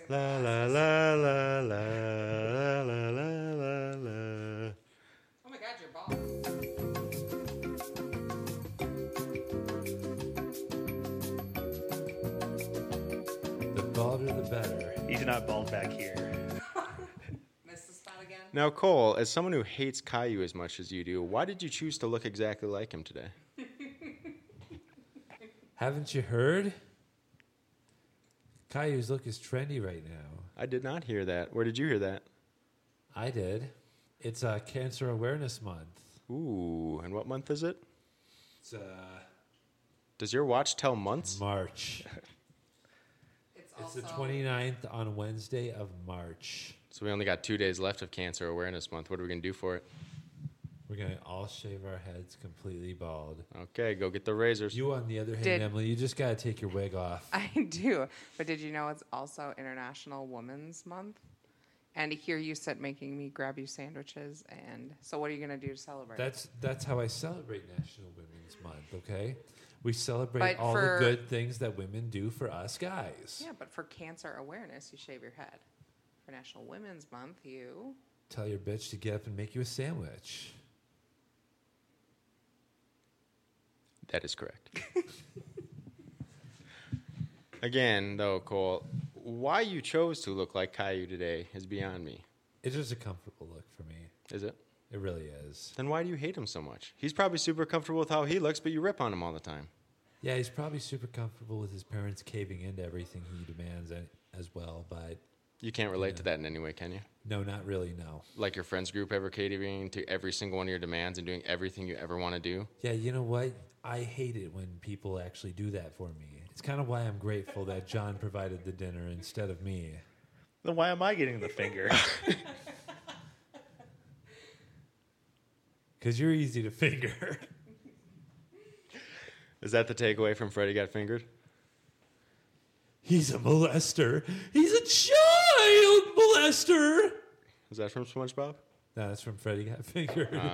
[SPEAKER 4] La la la la la la la la la.
[SPEAKER 8] Oh my god, your balls.
[SPEAKER 3] The balder the better.
[SPEAKER 1] He's not bald back here.
[SPEAKER 8] Missed the spot again.
[SPEAKER 4] Now, Cole, as someone who hates Caillou as much as you do, why did you choose to look exactly like him today?
[SPEAKER 3] Haven't you heard? Caillou's look is trendy right now.
[SPEAKER 4] I did not hear that. Where did you hear that?
[SPEAKER 3] I did. It's uh, Cancer Awareness Month.
[SPEAKER 4] Ooh, and what month is it?
[SPEAKER 3] It's uh,
[SPEAKER 4] Does your watch tell months?
[SPEAKER 3] March. It's the 29th on Wednesday of March.
[SPEAKER 4] So we only got two days left of Cancer Awareness Month. What are we going to do for it?
[SPEAKER 3] We're going to all shave our heads completely bald.
[SPEAKER 4] Okay, go get the razors.
[SPEAKER 3] You, on the other hand,
[SPEAKER 2] Did-
[SPEAKER 3] Emily, you just got to take your wig off.
[SPEAKER 2] I do. But did you know it's also International Women's Month? And here you sit making me grab you sandwiches. And so, what are you going to do to celebrate?
[SPEAKER 3] That's that's how I celebrate National Women's Month, okay? We celebrate
[SPEAKER 2] But
[SPEAKER 3] all
[SPEAKER 2] for-
[SPEAKER 3] the good things that women do for us guys.
[SPEAKER 2] yeah, but for cancer awareness, you shave your head. For National Women's Month, you.
[SPEAKER 3] Tell your bitch to get up and make you a sandwich.
[SPEAKER 4] That is correct. Again, though, Cole, why you chose to look like Caillou today is beyond me.
[SPEAKER 3] It's just a comfortable look for me.
[SPEAKER 4] Is it?
[SPEAKER 3] It really is.
[SPEAKER 4] Then why do you hate him so much? He's probably super comfortable with how he looks, but you rip on him all the time.
[SPEAKER 3] Yeah, he's probably super comfortable with his parents caving into everything he demands a- as well, but
[SPEAKER 4] You can't relate to that in any way, can you?
[SPEAKER 3] no, not really, no.
[SPEAKER 4] Like your friends group ever catering to every single one of your demands and doing everything you ever want to do?
[SPEAKER 3] Yeah, you know what? I hate it when people actually do that for me. It's kind of why I'm grateful that John provided the dinner instead of me.
[SPEAKER 1] Then why am I getting the finger?
[SPEAKER 3] Because you're easy to finger.
[SPEAKER 4] Is that the takeaway from Freddy Got Fingered?
[SPEAKER 3] He's a molester. He's a child molester.
[SPEAKER 4] Is that from SpongeBob?
[SPEAKER 3] No, that's from Freddy Got Fingered.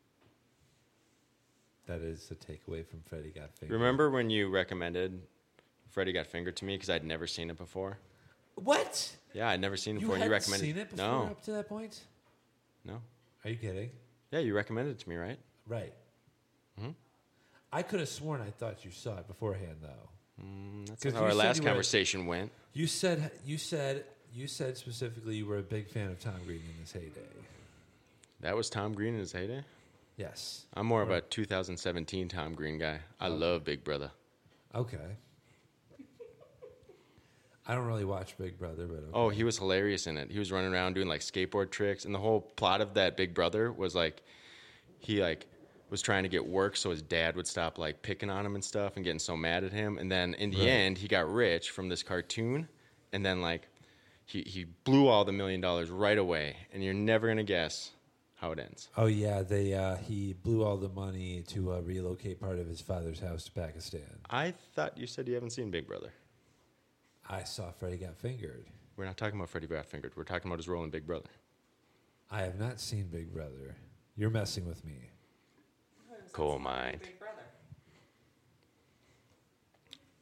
[SPEAKER 4] Uh,
[SPEAKER 3] that is a takeaway from Freddy Got Fingered.
[SPEAKER 4] Remember when you recommended Freddy Got Fingered to me because I'd never seen it before?
[SPEAKER 3] What?
[SPEAKER 4] Yeah, I'd never seen it
[SPEAKER 3] You
[SPEAKER 4] before. and
[SPEAKER 3] hadn't
[SPEAKER 4] you recommended
[SPEAKER 3] seen it before
[SPEAKER 4] No,
[SPEAKER 3] up to that point?
[SPEAKER 4] no.
[SPEAKER 3] Are you kidding?
[SPEAKER 4] Yeah, you recommended it to me, right?
[SPEAKER 3] Right.
[SPEAKER 4] Hmm?
[SPEAKER 3] I could have sworn I thought you saw it beforehand, though.
[SPEAKER 4] Mm, that's
[SPEAKER 3] 'Cause
[SPEAKER 4] how
[SPEAKER 3] you
[SPEAKER 4] our
[SPEAKER 3] said
[SPEAKER 4] last
[SPEAKER 3] you were-
[SPEAKER 4] conversation went.
[SPEAKER 3] You said you said you said specifically you were a big fan of Tom Green in his heyday.
[SPEAKER 4] That was Tom Green in his heyday.
[SPEAKER 3] Yes.
[SPEAKER 4] I'm more of a 2017 Tom Green guy. I love Big Brother.
[SPEAKER 3] Okay. I don't really watch Big Brother, but okay.
[SPEAKER 4] Oh, he was hilarious in it. He was running around doing like skateboard tricks, and the whole plot of that Big Brother was like he like was trying to get work so his dad would stop like picking on him and stuff and getting so mad at him. And then in the
[SPEAKER 3] Right.
[SPEAKER 4] end, he got rich from this cartoon, and then like he he blew all the million dollars right away. And you're never gonna guess how it ends.
[SPEAKER 3] Oh yeah, they uh, he blew all the money to uh, relocate part of his father's house to Pakistan.
[SPEAKER 4] I thought you said you haven't seen Big Brother.
[SPEAKER 3] I saw Freddie got fingered.
[SPEAKER 4] We're not talking about Freddie Got Fingered. We're talking about his role in Big Brother.
[SPEAKER 3] I have not seen Big Brother. You're messing with me.
[SPEAKER 4] Coal mine.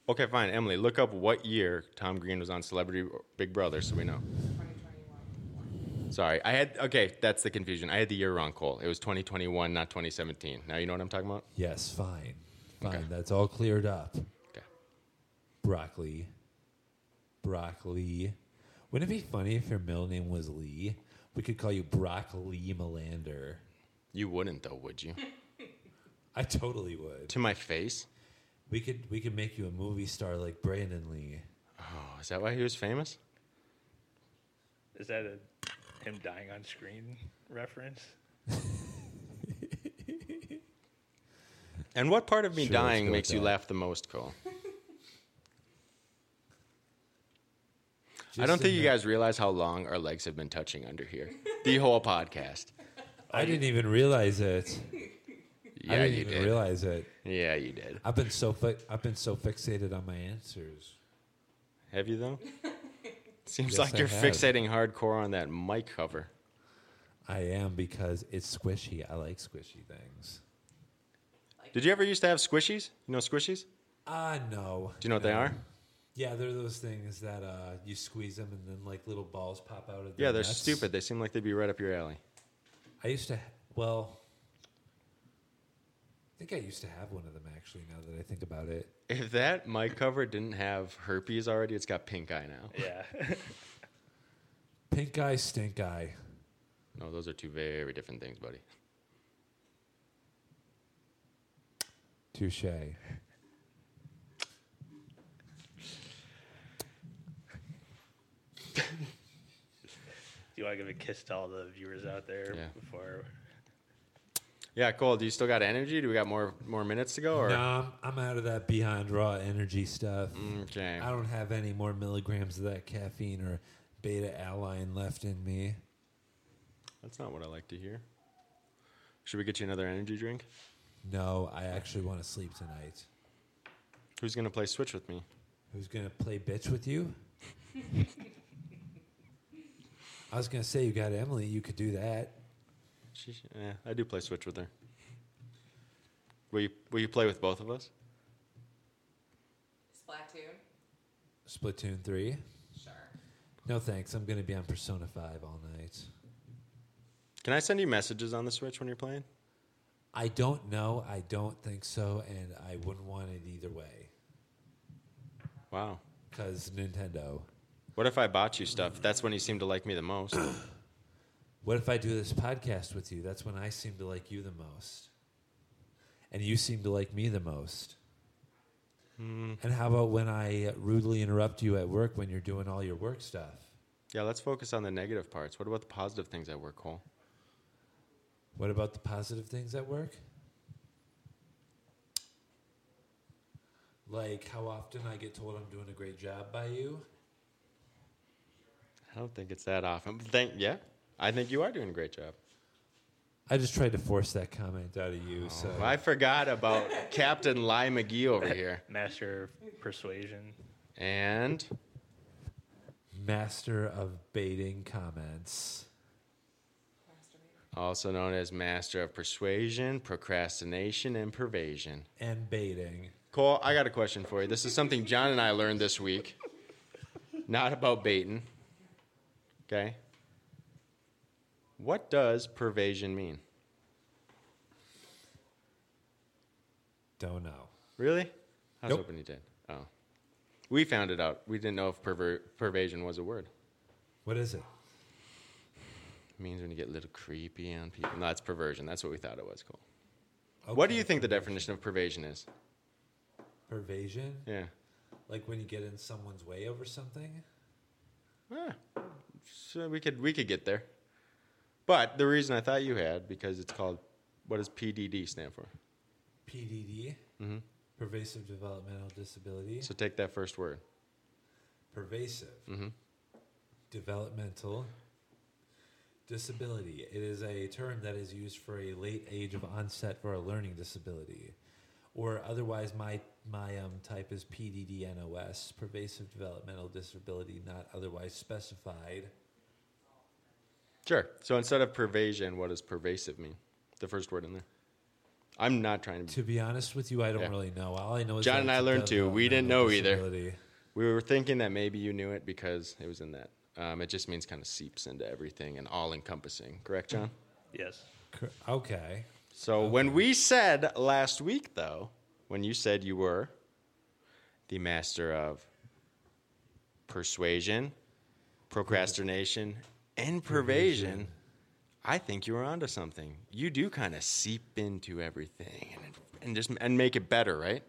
[SPEAKER 4] Okay, fine. Emily, look up what year Tom Green was on Celebrity Big Brother so we know. Sorry, I had okay. That's the confusion. I had the year wrong, Cole. It was 2021, not 2017. Now you know what I'm talking about.
[SPEAKER 3] Yes, fine, fine.
[SPEAKER 4] Okay.
[SPEAKER 3] That's all cleared up.
[SPEAKER 4] Okay.
[SPEAKER 3] Broccoli, broccoli. Wouldn't it be funny if your middle name was Lee? We could call you Broccoli Melander.
[SPEAKER 4] You wouldn't though, would you?
[SPEAKER 3] I totally would.
[SPEAKER 4] to my face.
[SPEAKER 3] We could we could make you a movie star like Brandon Lee.
[SPEAKER 4] Oh, is that why he was famous?
[SPEAKER 1] Is that a him dying on screen reference?
[SPEAKER 4] And what part of me
[SPEAKER 3] Sure, let's
[SPEAKER 4] dying
[SPEAKER 3] go with
[SPEAKER 4] makes you
[SPEAKER 3] that.
[SPEAKER 4] laugh the most, Cole? I don't think you guys realize how long our legs have been touching under here. The whole podcast.
[SPEAKER 3] I didn't even realize it. I
[SPEAKER 4] Yeah,
[SPEAKER 3] didn't
[SPEAKER 4] you
[SPEAKER 3] even
[SPEAKER 4] did.
[SPEAKER 3] realize it.
[SPEAKER 4] Yeah, you did.
[SPEAKER 3] I've been so fi- I've been so fixated on my answers.
[SPEAKER 4] Have you though? Seems
[SPEAKER 3] Yes,
[SPEAKER 4] like
[SPEAKER 3] I
[SPEAKER 4] you're
[SPEAKER 3] have.
[SPEAKER 4] fixating hardcore on that mic cover.
[SPEAKER 3] I am because it's squishy. I like squishy things.
[SPEAKER 4] Did you ever used to have squishies? You know squishies?
[SPEAKER 3] Ah, no.
[SPEAKER 4] Do you know what they are?
[SPEAKER 3] Yeah, they're those things that uh, you squeeze them and then like little balls pop out of. Their
[SPEAKER 4] Yeah, they're
[SPEAKER 3] nuts.
[SPEAKER 4] stupid. They seem like they'd be right up your alley.
[SPEAKER 3] I used to well. I think I used to have one of them actually. Now that I think about it,
[SPEAKER 4] If that mic cover didn't have herpes already, it's got pink eye now.
[SPEAKER 1] Yeah.
[SPEAKER 3] pink eye, stink eye.
[SPEAKER 4] no, those are two very different things, buddy.
[SPEAKER 3] Touche.
[SPEAKER 1] Do you want to give a kiss to all the viewers out there
[SPEAKER 4] Yeah.
[SPEAKER 1] before?
[SPEAKER 4] Yeah, Cole, do you still got energy? Do we got more more minutes to go? Or?
[SPEAKER 3] No, I'm, I'm out of that Beyond Raw energy stuff.
[SPEAKER 4] Okay.
[SPEAKER 3] I don't have any more milligrams of that caffeine or beta aline left in me.
[SPEAKER 4] That's not what I like to hear. Should we get you another energy drink?
[SPEAKER 3] No, I actually want to sleep tonight.
[SPEAKER 4] Who's going to play Switch with me?
[SPEAKER 3] Who's gonna play bitch with you? I was gonna say you got Emily. You could do that.
[SPEAKER 4] She, yeah, I do play Switch with her. Will you, will you play with both of us?
[SPEAKER 2] Splatoon.
[SPEAKER 3] Splatoon three.
[SPEAKER 2] Sure.
[SPEAKER 3] No thanks. I'm gonna be on Persona five all night.
[SPEAKER 4] Can I send you messages on the Switch when you're playing?
[SPEAKER 3] I don't know. I don't think so, and I wouldn't want it either way.
[SPEAKER 4] Wow.
[SPEAKER 3] Cause Nintendo.
[SPEAKER 4] What if I bought you stuff? That's when you seem to like me the most.
[SPEAKER 3] What if I do this podcast with you? That's when I seem to like you the most, and you seem to like me the most. And how about when I rudely interrupt you at work when you're doing all your work stuff?
[SPEAKER 4] yeah, let's focus on the negative parts. What about the positive things at work, Cole?
[SPEAKER 3] What about the positive things at work? Like how often I get told I'm doing a great job by you.
[SPEAKER 4] I don't think it's that often. but Thank yeah. I think you are doing a great job.
[SPEAKER 3] I just tried to force that comment out of you. so
[SPEAKER 4] Oh, I forgot about Captain Lie McGee over here.
[SPEAKER 1] Master of persuasion.
[SPEAKER 4] And
[SPEAKER 3] master of baiting comments.
[SPEAKER 4] also known as Master of Persuasion, Procrastination, and Pervasion.
[SPEAKER 3] And baiting.
[SPEAKER 4] Cole, I got a question for you. This is something John and I learned this week. Not about baiting. Okay. What does pervasion mean?
[SPEAKER 3] Don't know.
[SPEAKER 4] Really? I was
[SPEAKER 3] Nope.
[SPEAKER 4] hoping you did. Oh. We found it out. We didn't know if perver- pervasion was a word.
[SPEAKER 3] What is it?
[SPEAKER 4] It means when you get a little creepy on people. No, it's perversion. That's what we thought it was, Cole. What do you think the definition of pervasion is?
[SPEAKER 3] Pervasion?
[SPEAKER 4] Yeah.
[SPEAKER 3] Like when you get in someone's way over something?
[SPEAKER 4] Yeah. So we could we could get there. But the reason I thought you had because it's called what does PDD stand for?
[SPEAKER 3] PDD?
[SPEAKER 4] Mm-hmm.
[SPEAKER 3] Pervasive developmental disability?
[SPEAKER 4] So take that first word.
[SPEAKER 3] pervasive.
[SPEAKER 4] Mm-hmm.
[SPEAKER 3] developmental disability. It is a term that is used for a late age of onset for a learning disability, or otherwise my my um, type is PDDNOS, pervasive developmental disability, not otherwise specified.
[SPEAKER 4] Sure. So instead of pervasion, what does pervasive mean? The first word in there. I'm not trying to.
[SPEAKER 3] To be honest with you, I don't
[SPEAKER 4] Yeah.
[SPEAKER 3] really know. All I know is
[SPEAKER 4] John
[SPEAKER 3] that
[SPEAKER 4] and
[SPEAKER 3] it's
[SPEAKER 4] I
[SPEAKER 3] a
[SPEAKER 4] learned too. We didn't
[SPEAKER 3] developmental
[SPEAKER 4] know either.
[SPEAKER 3] disability.
[SPEAKER 4] We were thinking that maybe you knew it because it was in that. Um, it just means kind of seeps into everything and all encompassing. Correct, John?
[SPEAKER 1] Yes.
[SPEAKER 3] Cor- Okay.
[SPEAKER 4] So when we said last week, though, when you said you were the master of persuasion, procrastination, and pervasion, I think you were onto something. You do kind of seep into everything and, and just and make it better, right?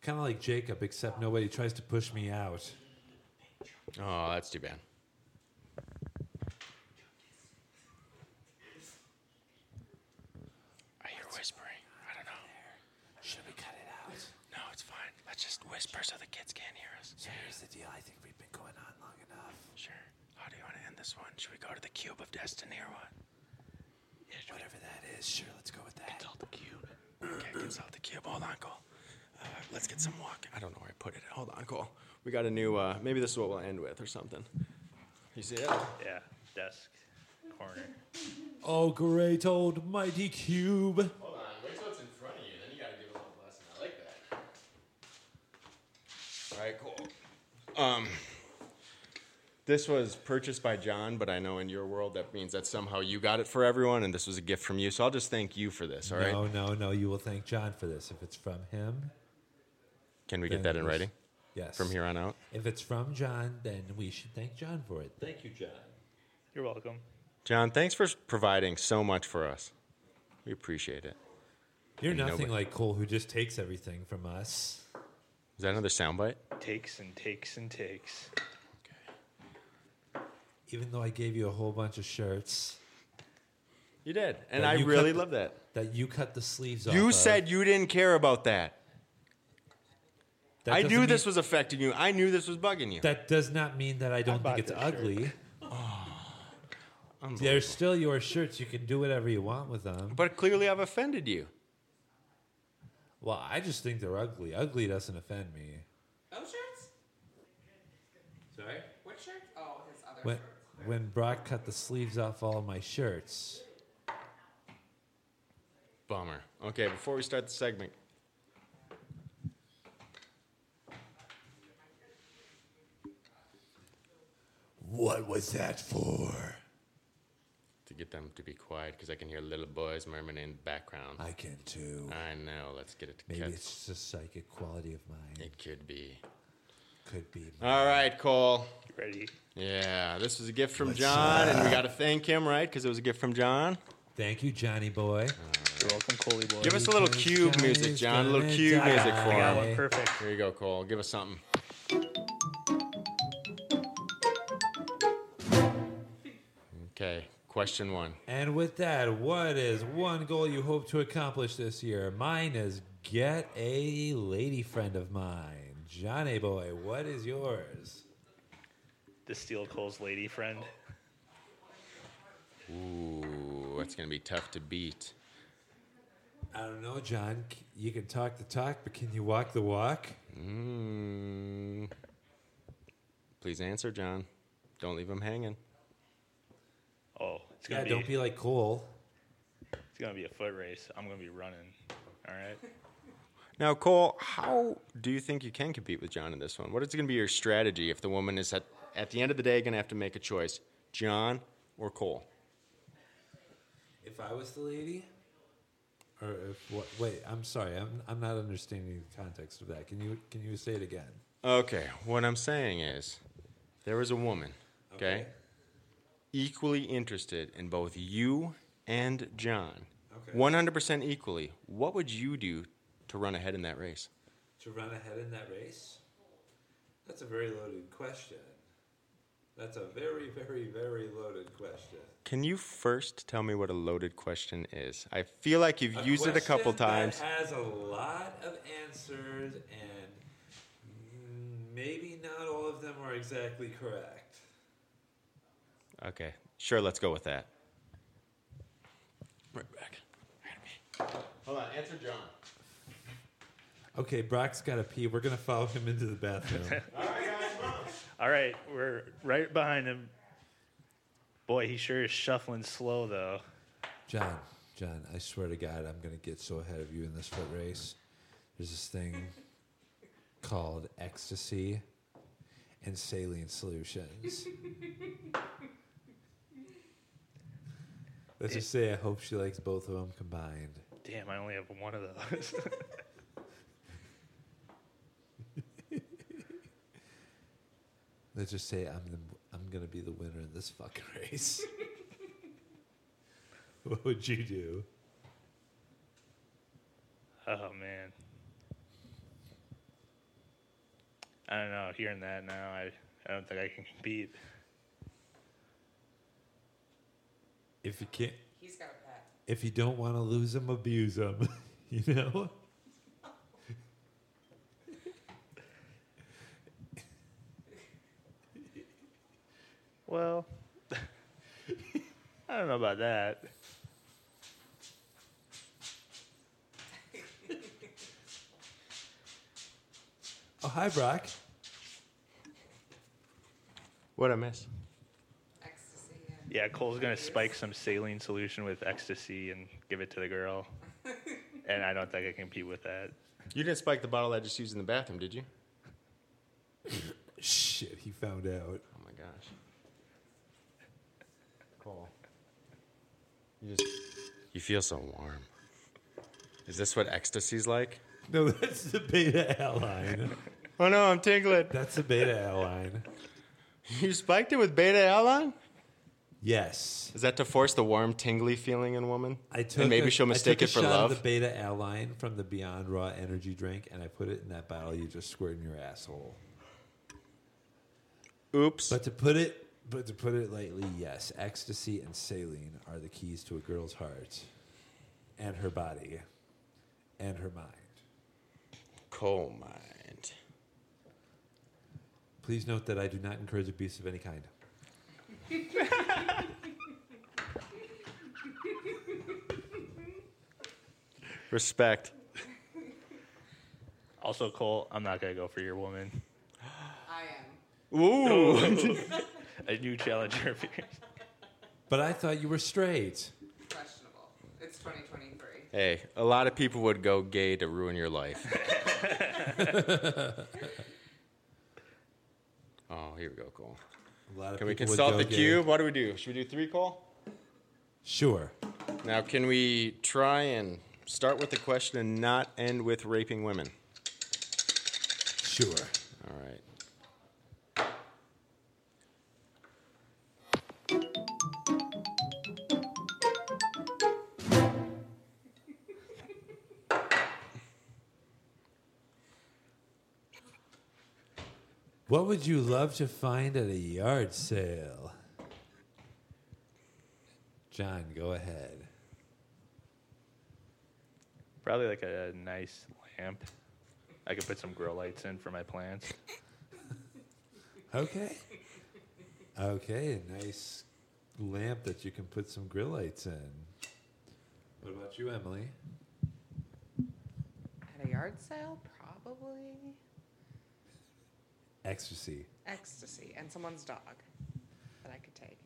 [SPEAKER 3] Kind of like Jacob, except nobody tries to push me out.
[SPEAKER 4] Oh, that's too bad. I hear whispering. I don't know.
[SPEAKER 3] Should we cut it out?
[SPEAKER 4] No, it's fine. Let's just whisper so the kids can't hear us.
[SPEAKER 3] So here's the deal. I think we've been going on long enough.
[SPEAKER 4] Sure. How do you want to end this one? Should we go to the cube of destiny or what?
[SPEAKER 3] Whatever that is, sure, let's go with that.
[SPEAKER 4] Consult the cube. Okay, consult the cube. Hold on, Cole. Uh, let's get some walk. I don't know where I put it. Hold on, Cole. We got a new. Uh, maybe this is what we'll end with or something. You see it?
[SPEAKER 1] Yeah. Desk. Corner.
[SPEAKER 22] Oh, great old mighty cube.
[SPEAKER 4] Hold on. Wait till it's in front of you. Then you gotta give a little lesson. I like that. All right, right, cool. Um, this was purchased by John, but I know in your world that means that somehow you got it for everyone, and this was a gift from you. So I'll just thank you for this. All right.
[SPEAKER 3] No, no, no. You will thank John for this. If it's from him,
[SPEAKER 4] Can we get
[SPEAKER 3] then
[SPEAKER 4] that in
[SPEAKER 3] it's-
[SPEAKER 4] writing?
[SPEAKER 3] Yes.
[SPEAKER 4] From here on out.
[SPEAKER 3] If it's from John, then we should thank John for it. Thank you, John.
[SPEAKER 1] You're welcome.
[SPEAKER 4] John, thanks for providing so much for us. We appreciate it.
[SPEAKER 3] You're
[SPEAKER 4] And
[SPEAKER 3] nothing
[SPEAKER 4] nobody-
[SPEAKER 3] like Cole, who just takes everything from us.
[SPEAKER 4] Is that another soundbite?
[SPEAKER 1] Takes and takes and takes.
[SPEAKER 3] Even though I gave you a whole bunch of shirts,
[SPEAKER 4] You did, and
[SPEAKER 3] that
[SPEAKER 4] I
[SPEAKER 3] you cut
[SPEAKER 4] really
[SPEAKER 3] the-
[SPEAKER 4] love that.
[SPEAKER 3] That you cut the sleeves off.
[SPEAKER 4] You
[SPEAKER 3] of.
[SPEAKER 4] said you didn't care about that.
[SPEAKER 3] That
[SPEAKER 4] I
[SPEAKER 3] doesn't
[SPEAKER 4] knew
[SPEAKER 3] mean-
[SPEAKER 4] this was affecting you. I knew this was bugging you.
[SPEAKER 3] That does not mean that I don't think it's ugly. They're still your shirts. You can do whatever you want with them.
[SPEAKER 4] But clearly, I've offended you.
[SPEAKER 3] Well, I just think they're ugly. Ugly doesn't offend me.
[SPEAKER 2] Those Oh, shirts?
[SPEAKER 3] Sorry?
[SPEAKER 2] What shirts? Oh, his other
[SPEAKER 3] When,
[SPEAKER 2] shirts.
[SPEAKER 3] when Brock cut the sleeves off all my shirts,
[SPEAKER 4] Bummer. Okay, before we start the segment,
[SPEAKER 23] What was that for?
[SPEAKER 4] to get them to be quiet, because I can hear little boys murmuring in the background.
[SPEAKER 3] I can too.
[SPEAKER 4] I know. Let's get it to
[SPEAKER 3] maybe
[SPEAKER 4] cut.
[SPEAKER 3] it's just a psychic quality of mine.
[SPEAKER 4] It could be.
[SPEAKER 3] Could be.
[SPEAKER 4] All right, Cole.
[SPEAKER 1] Ready?
[SPEAKER 4] Yeah, this was a gift from John, and we got to thank him, right? Because it was a gift from John.
[SPEAKER 3] Thank you, Johnny boy.
[SPEAKER 1] You're welcome, Coley boy.
[SPEAKER 4] Give us a little
[SPEAKER 3] Because
[SPEAKER 4] cube music,
[SPEAKER 3] Johnny's
[SPEAKER 4] John. A little
[SPEAKER 3] gonna
[SPEAKER 4] cube
[SPEAKER 3] die.
[SPEAKER 4] music for
[SPEAKER 3] I got one.
[SPEAKER 4] him.
[SPEAKER 1] Perfect.
[SPEAKER 4] Here you go, Cole. Give us something. Okay, question one.
[SPEAKER 3] And with that, what is one goal you hope to accomplish this year? Mine is get a lady friend of mine. Johnny boy, what is yours?
[SPEAKER 1] To steal Cole's lady friend.
[SPEAKER 4] Ooh, that's gonna be tough to beat.
[SPEAKER 3] I don't know, John. C- You can talk the talk, but can you walk the walk?
[SPEAKER 4] Mm. Please answer, John. Don't leave him hanging.
[SPEAKER 1] Oh, it's
[SPEAKER 3] Yeah,
[SPEAKER 1] gonna be,
[SPEAKER 3] don't be like Cole.
[SPEAKER 1] it's gonna be a foot race. I'm gonna be running. All right.
[SPEAKER 4] Now, Cole, how do you think you can compete with John in this one? What is going to be your strategy if the woman is at, at the end of the day going to have to make a choice, John or Cole?
[SPEAKER 3] If I was the lady, or if what? Wait, I'm sorry. I'm I'm not understanding the context of that. Can you can you say it again?
[SPEAKER 4] Okay, what I'm saying is there was a woman, okay,
[SPEAKER 3] Okay.
[SPEAKER 4] equally interested in both you and John,
[SPEAKER 3] Okay.
[SPEAKER 4] 100% equally. What would you do to run ahead in that race?
[SPEAKER 3] To run ahead in that race? That's a very loaded question. That's a very very very loaded question.
[SPEAKER 4] Can you first tell me what a loaded question is? I feel like you've
[SPEAKER 3] A
[SPEAKER 4] used it a couple
[SPEAKER 3] question that
[SPEAKER 4] times.
[SPEAKER 3] has a lot of answers, and maybe not all of them are exactly correct.
[SPEAKER 4] Okay, sure, let's go with that. Right back. Hold on, answer John.
[SPEAKER 3] Okay, Brock's got to pee. We're gonna follow him into the bathroom.
[SPEAKER 1] All right, we're right behind him. Boy, he sure is shuffling slow though.
[SPEAKER 3] John, John, I swear to God, I'm gonna get so ahead of you in this foot race. There's this thing called ecstasy and saline solutions. Let's just say I hope she likes both of them combined.
[SPEAKER 1] Damn, I only have one of those.
[SPEAKER 3] Let's just say I'm the, I'm gonna be the winner in this fucking race. what would you do?
[SPEAKER 1] oh man. I don't know. Hearing that now, I, I don't think I can compete.
[SPEAKER 3] If you can't,
[SPEAKER 2] He's got a pet.
[SPEAKER 3] if you don't want to lose them, abuse them. you know.
[SPEAKER 1] Well, I don't know about that.
[SPEAKER 3] Oh, hi, Brock.
[SPEAKER 4] What I miss?
[SPEAKER 2] Ecstasy.
[SPEAKER 1] Yeah, Cole's gonna spike some saline solution with ecstasy and give it to the girl. and I don't think I can compete with that.
[SPEAKER 4] You didn't spike the bottle I just used in the bathroom, did you?
[SPEAKER 3] shit, he found out.
[SPEAKER 4] Oh my gosh. Cole. You just you feel so warm. Is this what ecstasy's like?
[SPEAKER 3] No, that's the beta airline.
[SPEAKER 4] oh no, I'm tingling.
[SPEAKER 3] That's the beta airline.
[SPEAKER 4] You spiked it with beta airline?
[SPEAKER 3] Yes.
[SPEAKER 4] Is that to force the warm, tingly feeling in woman?
[SPEAKER 3] I took
[SPEAKER 4] and maybe
[SPEAKER 3] a-
[SPEAKER 4] she'll mistake
[SPEAKER 3] I
[SPEAKER 4] it for
[SPEAKER 3] took a shot
[SPEAKER 4] love.
[SPEAKER 3] Of the Beta Aline from the Beyond Raw Energy drink, and I put it in that bottle you just squirted in your asshole.
[SPEAKER 4] Oops.
[SPEAKER 3] But to put it, but to put it lightly, yes, ecstasy and saline are the keys to a girl's heart, and her body, and her mind.
[SPEAKER 4] Coal mind.
[SPEAKER 3] Please note that I do not encourage abuse of any kind.
[SPEAKER 4] Respect.
[SPEAKER 1] Also, Cole, I'm not gonna go for your woman.
[SPEAKER 2] I am.
[SPEAKER 1] Ooh. A new challenger appears.
[SPEAKER 3] But I thought you were straight.
[SPEAKER 2] Questionable. It's 2023.
[SPEAKER 4] Hey, a lot of people would go gay to ruin your life. oh, here we go, Cole.
[SPEAKER 3] A lot of
[SPEAKER 4] Can we
[SPEAKER 3] people would
[SPEAKER 4] consult
[SPEAKER 3] go
[SPEAKER 4] the
[SPEAKER 3] gay.
[SPEAKER 4] cube? What do we do? Should we do three, Cole?
[SPEAKER 3] Sure.
[SPEAKER 4] Now, can we try and start with the question and not end with raping women?
[SPEAKER 3] Sure.
[SPEAKER 4] All right.
[SPEAKER 3] What would you love to find at a yard sale? John, go ahead.
[SPEAKER 1] Probably like a nice lamp. I could put some grill lights in for my plants.
[SPEAKER 3] Okay. Okay, a nice lamp that you can put some grill lights in. What about you, Emily?
[SPEAKER 2] At a yard sale, probably
[SPEAKER 3] Ecstasy.
[SPEAKER 2] ecstasy and someone's dog that I could take.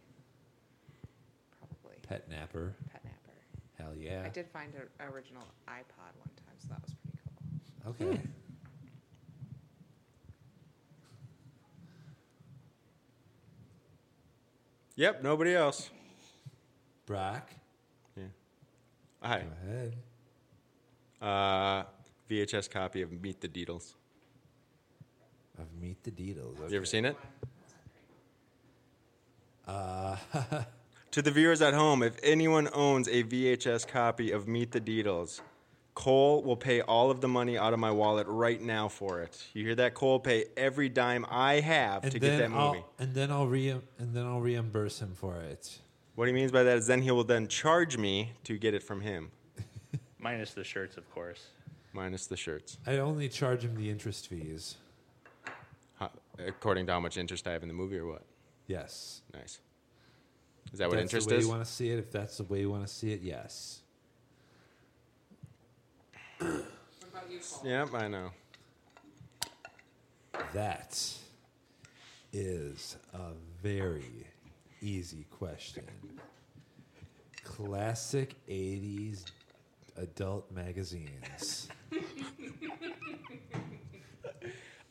[SPEAKER 2] Probably
[SPEAKER 3] Pet napper.
[SPEAKER 2] pet napper.
[SPEAKER 3] Hell yeah.
[SPEAKER 2] I did find an original iPod one time, so that was pretty cool.
[SPEAKER 3] Okay.
[SPEAKER 2] Hmm.
[SPEAKER 4] Yep, nobody else.
[SPEAKER 3] Brock,
[SPEAKER 4] Hi.
[SPEAKER 3] go ahead.
[SPEAKER 4] Uh, VHS copy of Meet the Deedles.
[SPEAKER 3] Of Meet the Deedles.
[SPEAKER 4] You ever
[SPEAKER 3] okay.
[SPEAKER 4] seen it?
[SPEAKER 3] Uh,
[SPEAKER 4] To the viewers at home, if anyone owns a VHS copy of Meet the Deedles, Cole will pay all of the money out of my wallet right now for it. You hear that? Cole pay every dime I have
[SPEAKER 3] and
[SPEAKER 4] to
[SPEAKER 3] then
[SPEAKER 4] get that movie.
[SPEAKER 3] I'll, and then I'll re and then I'll reimburse him for it.
[SPEAKER 4] What he means by that is then he will then charge me to get it from him,
[SPEAKER 1] Minus the shirts, of course.
[SPEAKER 4] minus the shirts,
[SPEAKER 3] I only charge him the interest fees.
[SPEAKER 4] Huh, according to how much interest I have in the movie or what.
[SPEAKER 3] Yes.
[SPEAKER 4] Nice. Is that what
[SPEAKER 3] that's
[SPEAKER 4] interest
[SPEAKER 3] the way
[SPEAKER 4] is?
[SPEAKER 3] you want to see it. If that's the way you want to see it, yes.
[SPEAKER 2] What about you, Cole?
[SPEAKER 4] Yep, I know.
[SPEAKER 3] That is a very easy question. Classic 80s adult magazines.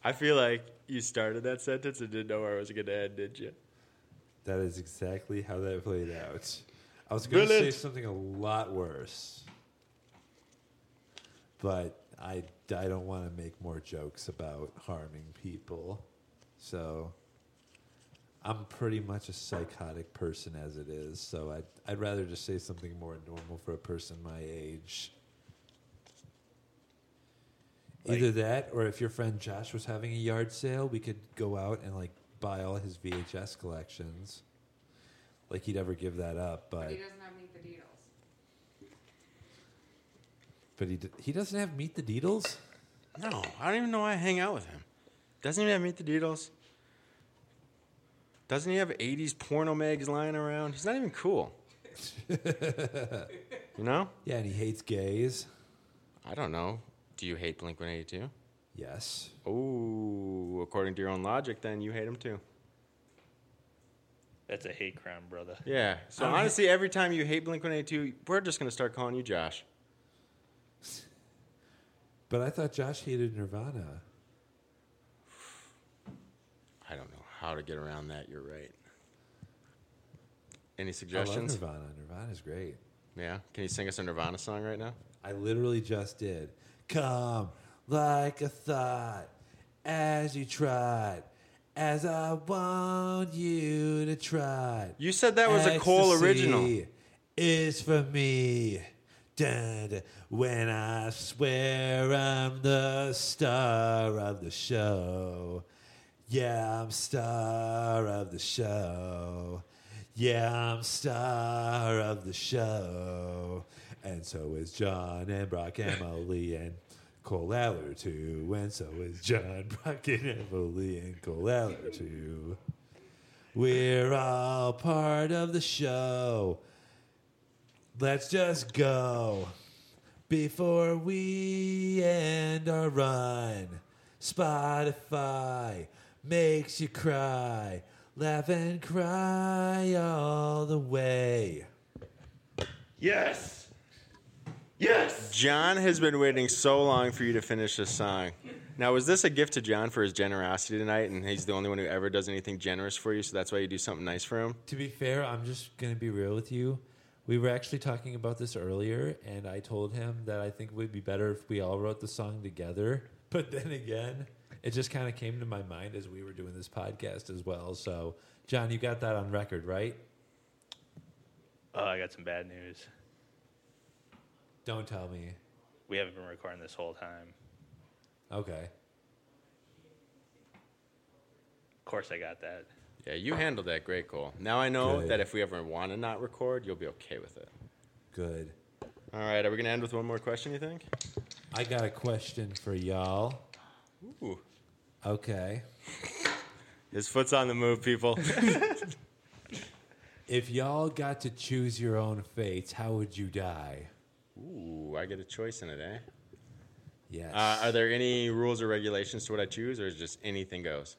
[SPEAKER 4] I feel like you started that sentence and didn't know where I was going to end, did you?
[SPEAKER 3] that is exactly how that played out. I was going to say
[SPEAKER 4] Brilliant.
[SPEAKER 3] something a lot worse, but I, I don't want to make more jokes about harming people. So I'm pretty much a psychotic person as it is. So I'd, I'd rather just say something more normal for a person my age. Either that, or if your friend Josh was having a yard sale, we could go out and like buy all his VHS collections. Like he'd ever give that up, but
[SPEAKER 2] He doesn't have Meet the Deedles.
[SPEAKER 3] but he d- he doesn't have Meet the Deedles.
[SPEAKER 4] No, I don't even know why I hang out with him. Doesn't he have Meet the Deedles? Doesn't he have 80s porno mags lying around? He's not even cool. you know?
[SPEAKER 3] Yeah, and he hates gays.
[SPEAKER 4] I don't know. Do you hate Blink 182?
[SPEAKER 3] Yes,
[SPEAKER 4] Oh, according to your own logic, then you hate him too.
[SPEAKER 1] That's a hate crime, brother.
[SPEAKER 4] Yeah. So honestly, every time you hate Blink 182, we're just going to start calling you Josh.
[SPEAKER 3] but I thought Josh hated Nirvana.
[SPEAKER 4] I don't know. how to get around that. You're right. Any
[SPEAKER 3] I love
[SPEAKER 4] suggestions?
[SPEAKER 3] Nirvana. Nirvana's great.
[SPEAKER 4] Yeah. Can you sing us a Nirvana song right now?
[SPEAKER 3] I literally just did. Come like a thought as you trot, as I want you to trot.
[SPEAKER 4] You said that was a Cole original.
[SPEAKER 3] Ecstasy Is for me. Dun, when I swear I'm the star of the show. Yeah, I'm star of the show. Yeah, I'm star of the show. And so is John and Brock Emily and Cole Aller too. And so is John, Brock and Emily and Cole Aller too. We're all part of the show. Let's just go before we end our run. Spotify makes you cry, laugh and cry all the way.
[SPEAKER 23] Yes. Yes.
[SPEAKER 4] John has been waiting so long for you to finish this song. Now, was this a gift to John for his generosity tonight? And he's the only one who ever does anything generous for you, so that's why you do something nice for him?
[SPEAKER 3] To be fair, I'm just going to be real with you. We were actually talking about this earlier, and I told him that I think it would be better if we all wrote the song together. But then again, it just kind of came to my mind as we were doing this podcast as well. So, John, you got that on record, right?
[SPEAKER 1] Oh, I got some bad news.
[SPEAKER 3] Don't tell me.
[SPEAKER 1] We haven't been recording this whole time.
[SPEAKER 3] Okay.
[SPEAKER 1] Of course, I got that.
[SPEAKER 4] Yeah, you handled that great, Cole. Now I know
[SPEAKER 3] Good.
[SPEAKER 4] that if we ever want to not record, you'll be okay with it.
[SPEAKER 3] Good.
[SPEAKER 4] All right, are we going to end with one more question, you think?
[SPEAKER 3] I got a question for y'all.
[SPEAKER 4] Ooh.
[SPEAKER 3] Okay.
[SPEAKER 4] His foot's on the move, people.
[SPEAKER 3] If y'all got to choose your own fates, how would you die?
[SPEAKER 4] Uh, Ooh, I get a choice in it, eh?
[SPEAKER 3] Yes.
[SPEAKER 4] Uh, are there any rules or regulations to what I choose, or is just anything goes?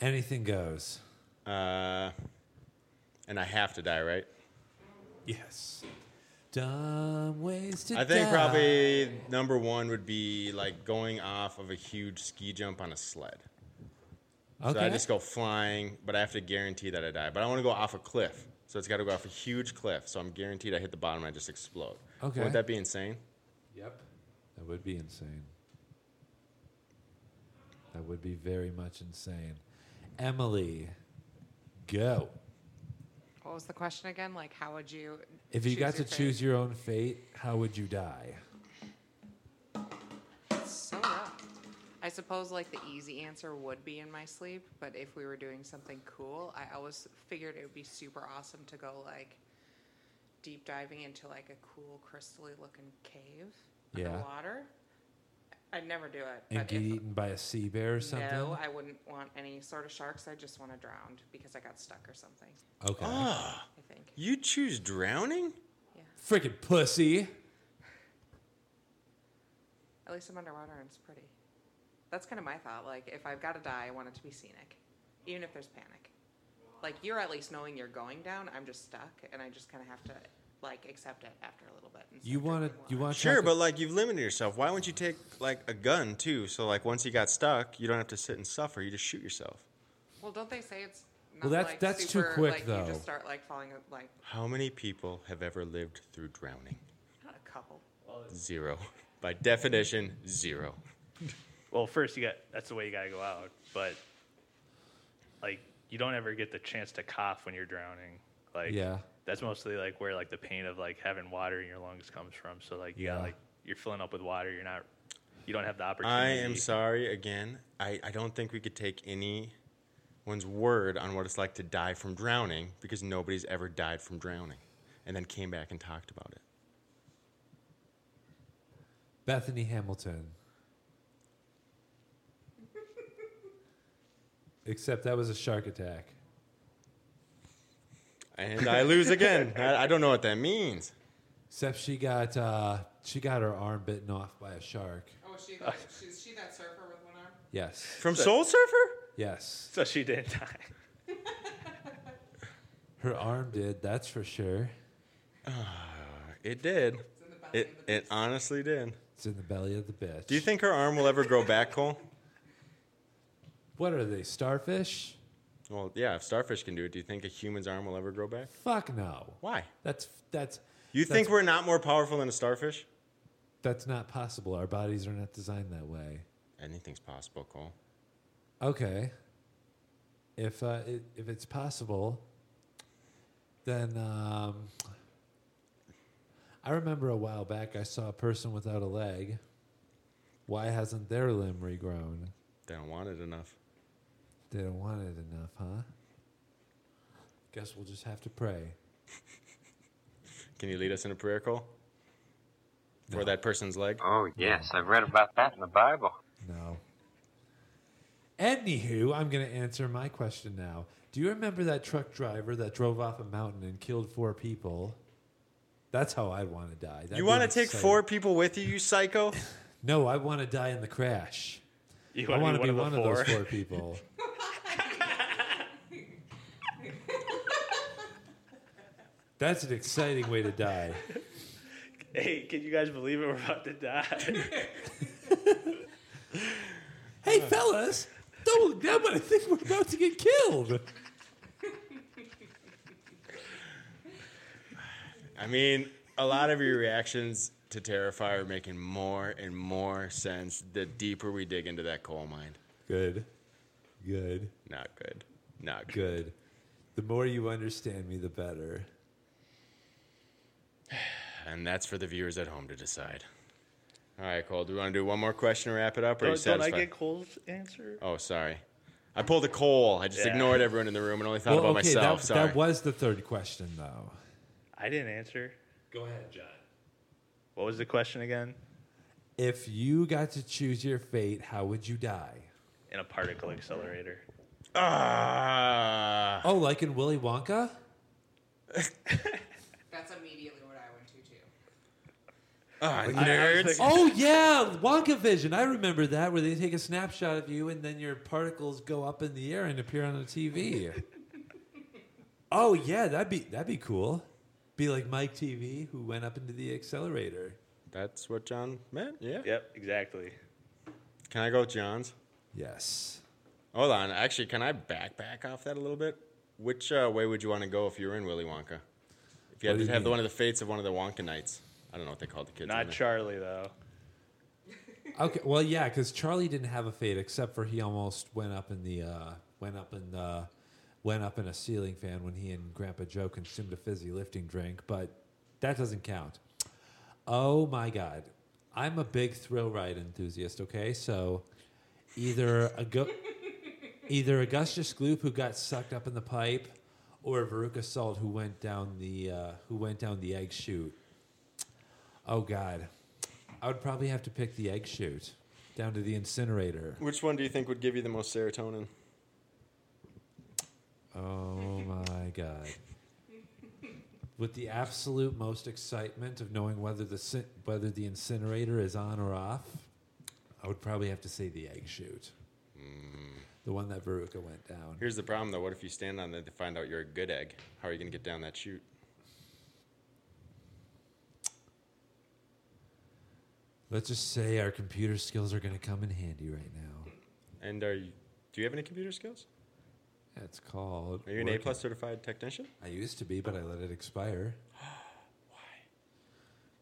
[SPEAKER 3] Anything goes.
[SPEAKER 4] Uh, and I have to die, right?
[SPEAKER 3] Yes. Dumb ways to
[SPEAKER 4] I think
[SPEAKER 3] die.
[SPEAKER 4] probably number one would be like going off of a huge ski jump on a sled. So I
[SPEAKER 3] Okay.
[SPEAKER 4] just go flying, but I have to guarantee that I die. But I want to go off a cliff, so it's got to go off a huge cliff. So I'm guaranteed I hit the bottom and I just explode.
[SPEAKER 3] Okay.
[SPEAKER 4] Wouldn't that be insane?
[SPEAKER 3] Yep. That would be insane. That would be very much insane. Emily, go.
[SPEAKER 2] What was the question again? Like, how would you?
[SPEAKER 3] If you
[SPEAKER 2] choose
[SPEAKER 3] got to
[SPEAKER 2] your favorite?
[SPEAKER 3] choose your own fate, how would you die?
[SPEAKER 2] So rough. I suppose like the easy answer would be in my sleep, but if we were doing something cool, I always figured it would be super awesome to go like deep diving into like a cool crystally looking cave
[SPEAKER 3] Yeah.
[SPEAKER 2] underwater. I'd never do it.
[SPEAKER 3] And
[SPEAKER 2] But
[SPEAKER 3] get
[SPEAKER 2] if
[SPEAKER 3] eaten by a sea bear or something?
[SPEAKER 2] no, I wouldn't want any sort of sharks. I just want to drown because I got stuck or something.
[SPEAKER 3] Okay.
[SPEAKER 4] Ah,
[SPEAKER 2] I think.
[SPEAKER 4] you choose drowning?
[SPEAKER 3] Freaking pussy.
[SPEAKER 2] At least I'm underwater and it's pretty. That's kind of my thought. Like, if I've got to die, I want it to be scenic, even if there's panic. Like, you're at least knowing you're going down. I'm just stuck, and I just kind of have to like accept it after a little bit. And
[SPEAKER 3] You want to? You want?
[SPEAKER 4] Sure, but like you've limited yourself. Why wouldn't you take like a gun too? So like once you got stuck, you don't have to sit and suffer. You just shoot yourself.
[SPEAKER 2] well, don't they say it's not
[SPEAKER 4] Well, that's-
[SPEAKER 2] like,
[SPEAKER 4] that's too
[SPEAKER 2] super,
[SPEAKER 4] quick,
[SPEAKER 2] like, You
[SPEAKER 4] though.
[SPEAKER 2] just start like falling uh, like
[SPEAKER 4] How many people have ever lived through drowning?
[SPEAKER 2] not a couple.
[SPEAKER 4] Zero. By definition, zero.
[SPEAKER 1] Well, first you got that's the way you gotta go out, but like you don't ever get the chance to cough when you're drowning. Like
[SPEAKER 3] Yeah.
[SPEAKER 1] that's mostly like where like the pain of like having water in your lungs comes from. So like you got
[SPEAKER 4] Yeah.
[SPEAKER 1] like you're filling up with water. You're not. You don't have the opportunity.
[SPEAKER 4] I am sorry again. I, I don't think we could take anyone's word on what it's like to die from drowning because nobody's ever died from drowning and then came back and talked about it.
[SPEAKER 3] Bethany Hamilton. Except that was a shark attack.
[SPEAKER 4] And I lose again. I, I don't know what that means.
[SPEAKER 3] Except she got uh, she got her arm bitten off by a shark.
[SPEAKER 2] Oh, she that, she's she that surfer with one arm.
[SPEAKER 3] Yes.
[SPEAKER 4] From Soul Surfer?
[SPEAKER 3] Yes.
[SPEAKER 1] So she didn't die.
[SPEAKER 3] Her arm did. That's for sure.
[SPEAKER 4] It did. It, it honestly did.
[SPEAKER 3] It's in the belly of the bitch.
[SPEAKER 4] Do you think her arm will ever grow back, Cole?
[SPEAKER 3] What are they? Starfish?
[SPEAKER 4] Well, yeah, if starfish can do it, do you think a human's arm will ever grow back?
[SPEAKER 3] Fuck no.
[SPEAKER 4] Why?
[SPEAKER 3] That's that's.
[SPEAKER 4] You
[SPEAKER 3] that's-
[SPEAKER 4] think we're not more powerful than a starfish?
[SPEAKER 3] That's not possible. Our bodies are not designed that way.
[SPEAKER 4] Anything's possible, Cole.
[SPEAKER 3] Okay. If uh, it, if it's possible, then um, I remember a while back I saw a person without a leg. Why hasn't their limb regrown?
[SPEAKER 4] They don't want it enough.
[SPEAKER 3] They don't want it enough, huh? Guess we'll just have to pray.
[SPEAKER 4] Can you lead us in a prayer, Cole? For that person's leg?
[SPEAKER 7] Oh, yes, I've read about that in the Bible.
[SPEAKER 3] No. Anywho, I'm going to answer my question now. Do you remember that truck driver that drove off a mountain and killed four people? That's how I'd want to die. That'd
[SPEAKER 4] you
[SPEAKER 3] be
[SPEAKER 4] want to take
[SPEAKER 3] exciting.
[SPEAKER 4] four people with you, you psycho?
[SPEAKER 3] No, I want to die in the crash.
[SPEAKER 1] You
[SPEAKER 3] I
[SPEAKER 1] wanna
[SPEAKER 3] want to
[SPEAKER 1] be
[SPEAKER 3] be
[SPEAKER 1] one
[SPEAKER 3] one
[SPEAKER 1] of the
[SPEAKER 3] of those
[SPEAKER 1] four.
[SPEAKER 3] four people. That's an exciting way to die.
[SPEAKER 1] Hey, can you guys believe it? We're about to die.
[SPEAKER 3] Hey, fellas, don't look down, but I think we're about to get killed.
[SPEAKER 4] I mean, a lot of your reactions to Terrify are making more and more sense the deeper we dig into that coal mine.
[SPEAKER 3] Good. Good.
[SPEAKER 4] Not good. Not good.
[SPEAKER 3] Good. The more you understand me, the better.
[SPEAKER 4] And that's for the viewers at home to decide. All right, Cole, do we want to do one more question and wrap it up? Or are you
[SPEAKER 1] don't, don't I
[SPEAKER 4] satisfied?
[SPEAKER 1] get Cole's answer?
[SPEAKER 4] Oh, sorry. I pulled a Cole. I just
[SPEAKER 1] Yeah.
[SPEAKER 4] ignored everyone in the room and only thought
[SPEAKER 3] Well,
[SPEAKER 4] about
[SPEAKER 3] okay,
[SPEAKER 4] myself.
[SPEAKER 3] that,
[SPEAKER 4] sorry.
[SPEAKER 3] that was the third question, though.
[SPEAKER 1] I didn't answer.
[SPEAKER 3] Go ahead, John.
[SPEAKER 1] What was the question again?
[SPEAKER 3] If you got to choose your fate, how would you die?
[SPEAKER 1] In a particle accelerator.
[SPEAKER 4] Ah.
[SPEAKER 3] Oh, like in Willy Wonka?
[SPEAKER 8] That's immediately what I went to too.
[SPEAKER 4] Ah,
[SPEAKER 3] Like-
[SPEAKER 4] nerds.
[SPEAKER 3] Oh yeah, Wonka Vision. I remember that where they take a snapshot of you and then your particles go up in the air and appear on the TV. oh yeah, that'd be that'd be cool. Be like Mike TV who went up into the accelerator.
[SPEAKER 4] That's what John meant. Yeah.
[SPEAKER 1] Yep, exactly.
[SPEAKER 4] Can I go with John's?
[SPEAKER 3] Yes.
[SPEAKER 4] Hold on. Actually, can I back back off that a little bit? Which uh, way would you want to go if you were in Willy Wonka? If you
[SPEAKER 3] What
[SPEAKER 4] had
[SPEAKER 3] do
[SPEAKER 4] to
[SPEAKER 3] you
[SPEAKER 4] have the
[SPEAKER 3] mean?
[SPEAKER 4] one of the fates of one of the Wonka Knights. I don't know what they called the kids.
[SPEAKER 1] Not
[SPEAKER 4] in there.
[SPEAKER 1] Charlie though.
[SPEAKER 3] Okay. Well, yeah, because Charlie didn't have a fate except for he almost went up in the uh, went up in the went up in a ceiling fan when he and Grandpa Joe consumed a fizzy lifting drink, but that doesn't count. Oh my God, I'm a big thrill ride enthusiast. Okay, so either a go- either Augustus Gloop who got sucked up in the pipe, or Veruca Salt who went down the uh, who went down the egg chute. Oh God, I would probably have to pick the egg chute down to the incinerator.
[SPEAKER 4] Which one do you think would give you the most serotonin?
[SPEAKER 3] Oh my God. With the absolute most excitement of knowing whether the cin- whether the incinerator is on or off, I would probably have to say the egg chute, the one that Veruca went down.
[SPEAKER 4] Here's the problem, though. What if you stand on it to find out you're a good egg? How are you going to get down that chute?
[SPEAKER 3] Let's just say our computer skills are going to come in handy right now.
[SPEAKER 4] And are you? Do you have any computer skills?
[SPEAKER 3] That's called.
[SPEAKER 4] Are you an A
[SPEAKER 3] working-
[SPEAKER 4] plus certified technician?
[SPEAKER 3] I used to be, but I let it expire. Why?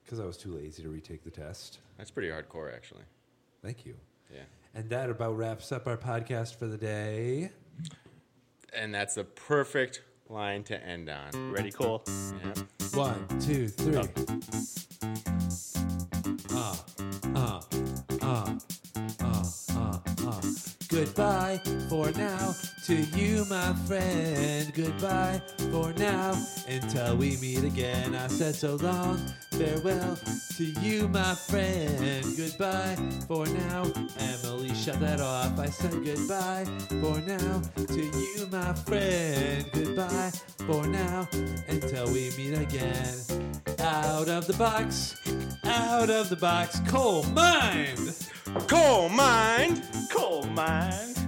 [SPEAKER 3] Because I was too lazy to retake the test.
[SPEAKER 4] That's pretty hardcore, actually.
[SPEAKER 3] Thank you.
[SPEAKER 4] Yeah.
[SPEAKER 3] And that about wraps up our podcast for the day.
[SPEAKER 4] And that's the perfect line to end on.
[SPEAKER 1] Ready, Cole?
[SPEAKER 4] Yeah.
[SPEAKER 3] One, two, three. Uh, uh, uh, uh, uh, uh. Goodbye for now to you, my friend. Goodbye for now until we meet again. I said so long, farewell to you, my friend. Goodbye for now. Emily, shut that off. I said goodbye for now to you, my friend. Goodbye for now until we meet again. Out of the box, out of the box, coal mine.
[SPEAKER 4] Coal mind.
[SPEAKER 1] Coal mine.